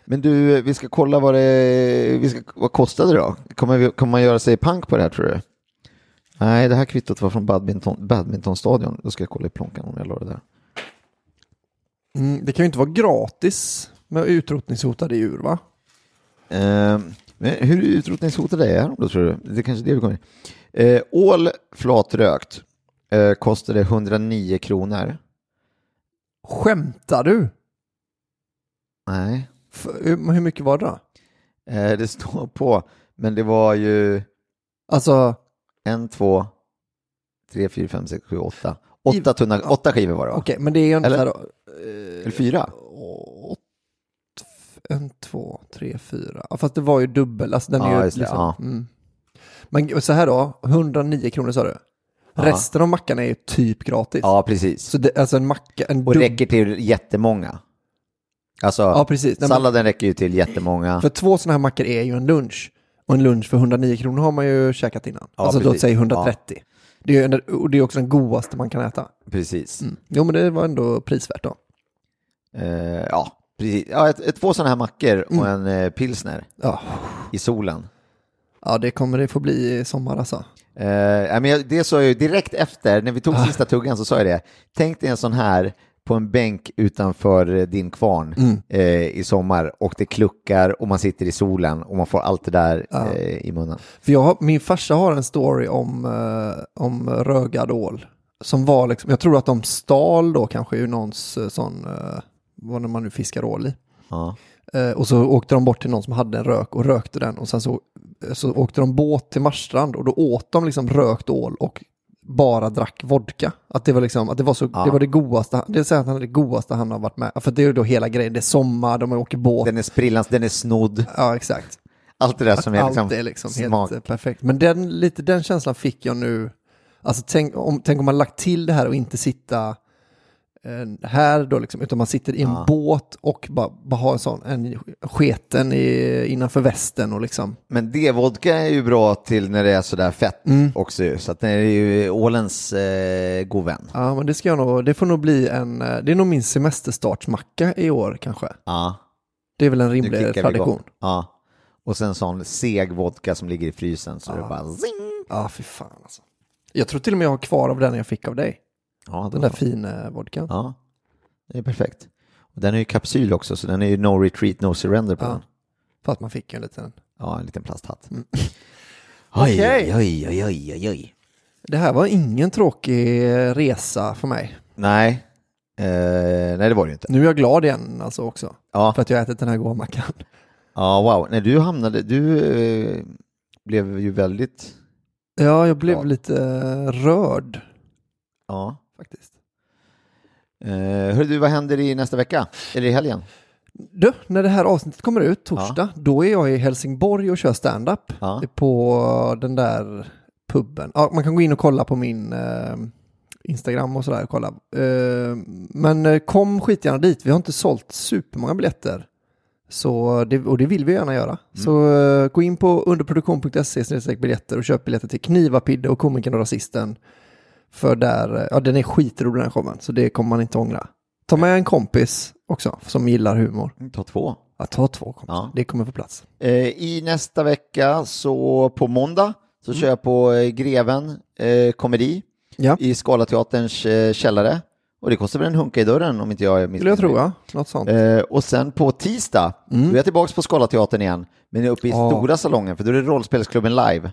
Speaker 3: Men du, vi ska kolla vad det, vi ska, vad kostade det då? Kommer, vi, kommer man göra sig pank på det här tror du? Nej, det här kvittot var från badminton, badmintonstadion. Då ska jag kolla i plånkan om jag la det där.
Speaker 4: Mm, det kan ju inte vara gratis med utrotningshotade djur va?
Speaker 3: Eh, men hur utrotningshotade är de då tror du? Det är kanske det vi kommer eh, Ål flatrökt eh, kostade 109 kronor.
Speaker 4: Skämtar du?
Speaker 3: Nej,
Speaker 4: F- hur, hur mycket var det då?
Speaker 3: eh, det står på, men det var ju
Speaker 4: Alltså,
Speaker 3: en, två, tre, fyra, fem, sex, sju, åtta. Åtta, tunna, åtta skivor var det va?
Speaker 4: okej, men det är ju ungefär...
Speaker 3: Eller-
Speaker 4: då-
Speaker 3: Eller fyra?
Speaker 4: åt, en, två, tre, fyra. Ja, fast det var ju dubbel. Alltså den
Speaker 3: Ja,
Speaker 4: är ju
Speaker 3: just det,
Speaker 4: liksom,
Speaker 3: ja.
Speaker 4: mm. Men så här då, 109 kronor sa du. Resten av mackan är ju typ gratis.
Speaker 3: Ja, precis.
Speaker 4: Så det, alltså en macka, en
Speaker 3: Och
Speaker 4: dubbel.
Speaker 3: räcker till jättemånga. Alltså,
Speaker 4: Ja, precis. Nej, men-
Speaker 3: salladen räcker ju till jättemånga.
Speaker 4: För två sådana här mackor är ju en lunch. Och en lunch för 109 kronor har man ju käkat innan.
Speaker 3: Ja,
Speaker 4: alltså då
Speaker 3: precis.
Speaker 4: säger 130. Det är ju en, och det är också den godaste man kan äta.
Speaker 3: Precis.
Speaker 4: Jo men det var ändå prisvärt då.
Speaker 3: Eh, ja, precis. Ja, ett, ett, två sådana här mackor och en eh, pilsner
Speaker 4: Mm. Ja,
Speaker 3: i solen.
Speaker 4: ja det kommer det få bli i sommar alltså.
Speaker 3: Eh, ja, men jag, det sa jag ju direkt efter, när vi tog
Speaker 4: Ah.
Speaker 3: sista tuggan så sa jag det. Tänk dig en sån här på en bänk utanför eh, din kvarn
Speaker 4: Mm.
Speaker 3: eh, i sommar och det kluckar och man sitter i solen och man får allt det där eh, i munnen.
Speaker 4: För jag har, min farsa har en story om, eh, om rögad ål. Som var liksom, jag tror att de stal då kanske ur någons eh, sån, eh, vad när man nu fiskar ål i.
Speaker 3: Ja.
Speaker 4: Eh, och så åkte de bort till någon som hade en rök och rökte den. Och sen så, eh, så åkte de båt till Marstrand och då åt de liksom rökt ål och bara drack vodka. Att det var liksom, att det var så, det var det godaste, det är så här att han är det godaste han har varit med. För det är ju då hela grejen, det är sommar, de åker båt.
Speaker 3: Den är sprillans, den är snodd,
Speaker 4: Ja, exakt.
Speaker 3: allt det där som är
Speaker 4: Allt
Speaker 3: liksom,
Speaker 4: är liksom
Speaker 3: smak.
Speaker 4: helt eh, perfekt. Men den, lite den känslan fick jag nu. Alltså tänk om, tänk om man lagt till det här och inte sitta eh, här då liksom, utan man sitter i en båt och bara, bara har en sån, en sketen i, innanför västen och liksom.
Speaker 3: Men D-vodka är ju bra till när det är sådär fett
Speaker 4: Mm.
Speaker 3: också ju. så att det är ju ålens eh, god vän.
Speaker 4: Ja, men det ska jag nog, det får nog bli en, eh, det är nog min semesterstartsmacka i år kanske.
Speaker 3: Ja,
Speaker 4: Det är väl en
Speaker 3: nu kickar
Speaker 4: rimlig
Speaker 3: vi igång.
Speaker 4: tradition.
Speaker 3: Ja. Och sen sån seg vodka som ligger i frysen så det bara zing.
Speaker 4: Ja, fy fan alltså. Jag tror till och med jag har kvar av den jag fick av dig.
Speaker 3: Ja,
Speaker 4: Den där fina vodkan.
Speaker 3: Ja, det är perfekt. Och den är ju kapsyl också så den är ju no retreat, no surrender på
Speaker 4: Ja.
Speaker 3: den.
Speaker 4: Fast man fick ju en liten
Speaker 3: Ja, en liten plasthatt. Oj,
Speaker 4: Okej.
Speaker 3: oj, oj, oj, oj, oj.
Speaker 4: Det här var ingen tråkig resa för mig.
Speaker 3: Nej. Eh, nej, det var det ju inte.
Speaker 4: Nu är jag glad igen alltså också.
Speaker 3: Ja.
Speaker 4: För att jag ätit den här goda mackan.
Speaker 3: Ja, wow. Nej, du hamnade, du eh, blev ju väldigt,
Speaker 4: Ja, jag blev
Speaker 3: Ja.
Speaker 4: lite eh, rörd
Speaker 3: ja.
Speaker 4: faktiskt.
Speaker 3: Eh, hörru du, vad händer i nästa vecka? Eller i helgen?
Speaker 4: Du, när det här avsnittet kommer ut torsdag, då är jag i Helsingborg och kör stand-up
Speaker 3: Ja.
Speaker 4: på den där puben. Ja, man kan gå in och kolla på min eh, Instagram och sådär. och Kolla. Eh, men eh, kom skitgärna dit, vi har inte sålt supermånga biljetter. Så det, och det vill vi gärna göra.
Speaker 3: Mm.
Speaker 4: Så eh, gå in på underproduktion.se biljetter och köp biljetter till Knivapidde och Komikern och Rasisten. För där, eh, ja den är skitrolig den här showen, så det kommer man inte ångra. Ta med en kompis också som gillar humor.
Speaker 3: Ta två.
Speaker 4: Ja, ta två kompisar.
Speaker 3: Ja.
Speaker 4: Det kommer på plats.
Speaker 3: Eh, I nästa vecka, så på måndag, så kör jag på eh, Greven eh, komedi
Speaker 4: Mm. Ja,
Speaker 3: i Skalateaterns eh, källare. Och det kostar väl en hunka i dörren om inte jag är
Speaker 4: skulle jag tro ja. Något sånt. Mm.
Speaker 3: Eh, och sen på tisdag, då är jag tillbaka på Skalateatern igen, men jag är uppe i
Speaker 4: Ja.
Speaker 3: stora salongen, för då är det rollspelsklubben live.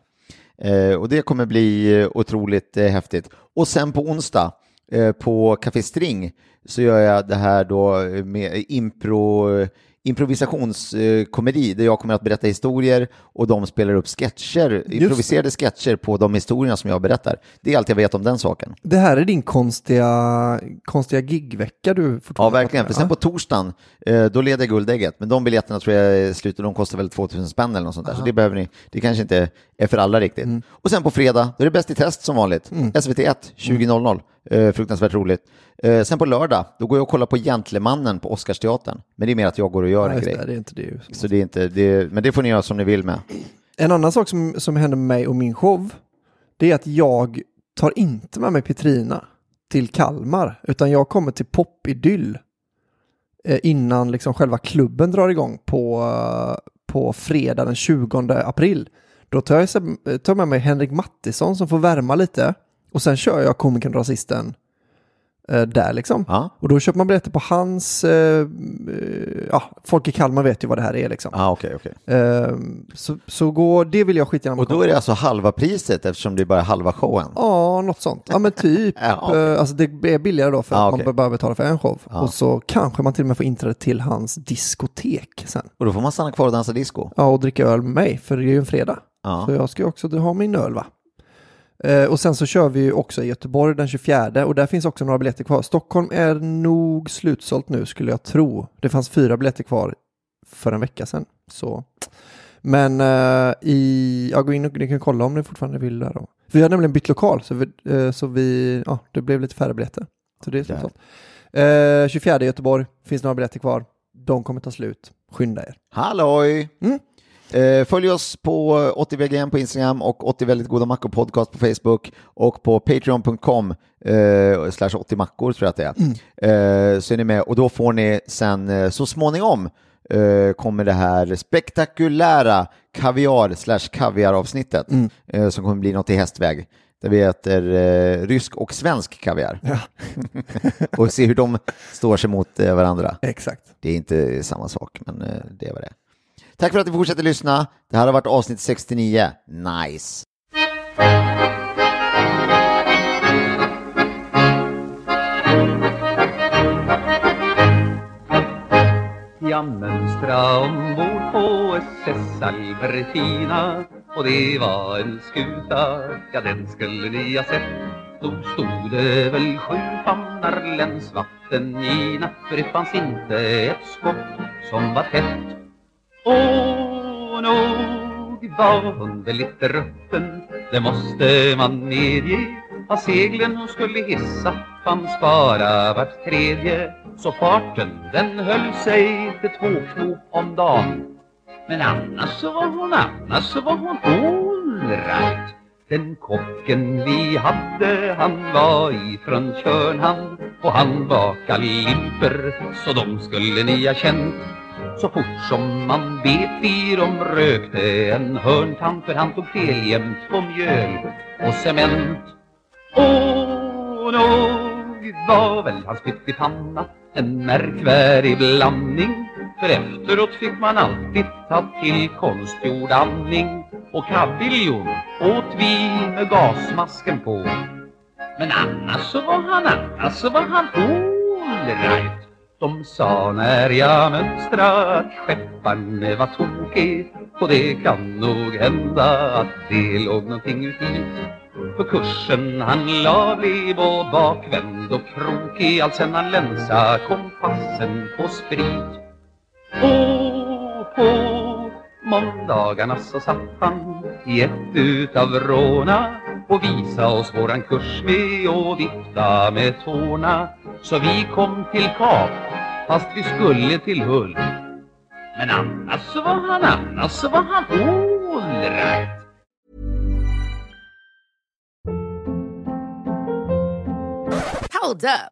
Speaker 3: Eh, och det kommer bli eh, otroligt eh, häftigt. Och sen på onsdag, eh, på Café String, så gör jag det här då eh, med impro, eh, improvisationskomedi, eh, där jag kommer att berätta historier och de spelar upp sketcher, improviserade sketcher på de historierna som jag berättar. Det är allt jag vet om den saken.
Speaker 4: Det här är din konstiga, konstiga gigvecka du
Speaker 3: Ja,
Speaker 4: fortfarande
Speaker 3: verkligen. För sen på torsdagen, eh, då leder jag guldägget. Men de biljetterna tror jag är slut och de kostar väl 2000 spänn eller något sånt där. Så det behöver ni. Det kanske inte är för alla riktigt. Och sen på fredag, då är det Bäst i test som vanligt. SVT1, 20.00. Eh, fruktansvärt roligt. Eh, sen på lördag, då går jag och kollar på Gentlemannen på Oscarsteatern. Men det är mer att jag går och gör
Speaker 4: Ja,
Speaker 3: en
Speaker 4: just
Speaker 3: grej.
Speaker 4: det, det är inte det. ju.
Speaker 3: Så det är inte, det, men det får ni göra som ni vill med.
Speaker 4: En annan sak som, som händer med mig och min show, det är att jag tar inte med mig Petrina till Kalmar, utan jag kommer till Pop Idyll eh, innan liksom själva klubben drar igång på, eh, på fredag den 20 april. Då tar jag sem- eh, tar med mig Henrik Mattisson som får värma lite och sen kör jag komikern och Rasisten eh, där liksom.
Speaker 3: Ja.
Speaker 4: Och då köper man biljetter på hans, eh, eh, ja, folk i Kalmar vet ju vad det här är liksom.
Speaker 3: ah, okej, okej.
Speaker 4: Ehm, så, så gå, det vill jag skitgärna
Speaker 3: Och då är det alltså halva priset eftersom det är bara halva showen.
Speaker 4: Ja, något sånt. Ja, men typ.
Speaker 3: Ja, okej.
Speaker 4: Eh, Alltså det är billigare då för
Speaker 3: Ja,
Speaker 4: att
Speaker 3: okej. Ah.
Speaker 4: man bara betala för en show. Och så kanske man till och med får inträde till hans diskotek sen.
Speaker 3: Och då får man stanna kvar och dansa disco.
Speaker 4: Ja, och dricka öl med mig, för det är ju en fredag.
Speaker 3: Ja.
Speaker 4: Så jag ska ju också ha min öl va. Eh, och sen så kör vi ju också i Göteborg den 24 och där finns också några biljetter kvar. Stockholm är nog slutsålt nu skulle jag tro. Det fanns fyra biljetter kvar för en vecka sedan. Så. Men eh, i, ja, gå in och ni kan kolla om ni fortfarande vill där då. Vi har nämligen bytt lokal så, vi, eh, så vi, ja, det blev lite färre biljetter. Så det är slutsålt. Eh, 24 i Göteborg, finns några biljetter kvar. De kommer ta slut. Skynda er.
Speaker 3: Halloj!
Speaker 4: Mm.
Speaker 3: Eh, Följ oss på 80VGM på Instagram och 80 väldigt goda mackor podcast på Facebook och på patreon.com eh, slash 80 mackor tror jag att det är. Eh, så är ni med och då får ni sen eh, så småningom eh, kommer det här spektakulära kaviar slash kaviar avsnittet eh, som kommer bli något i hästväg där vi äter eh, rysk och svensk kaviar och ser hur de står sig mot eh, varandra.
Speaker 4: Exakt.
Speaker 3: Det är inte samma sak, men eh, det var det. Tack för att ni fortsätter lyssna. Det här har varit avsnitt 69. Nice!
Speaker 8: Jag mönstrade ombord på SS Albertina och det var en skuta, ja den skulle ni ha sett. Nog stod det väl sju famnar länsvatten i natt för det fanns inte ett skott som var tätt. Och nog var hon väl lite rutten, det måste man medge. Av seglen hon skulle hissa fanns bara vart tredje, så farten den höll sig till två knop om dagen. Men annars så var hon, annars så var hon all right. Den kocken vi hade, han var ifrån Tjörnhamn och han bakade limper, så de skulle ni ha känt. Så fort som man bet i dem rökte en hörntand för han tog fel jämt på mjöl och cement. Och nog var väl hans pyttipanna en märkvärdig blandning. För efteråt fick man alltid ta till konstgjord andning. Och kabiljon åt vi med gasmasken på. Men annars så var han, annars så Alltså var han all right. De sa när jag mönstrade att skepparen var tokig och det kan nog hända att det låg någonting uti. På kursen han laglig och bakvänd och krokig alltsen han länsa kompassen på sprit. Och på måndagarna så satt han i ett utav Råna och visa oss våran kurs med och vifta med tårna. Så vi kom till Kap fast vi skulle till Hull. Men annars så var han, annars så var han all right.
Speaker 6: Hold up.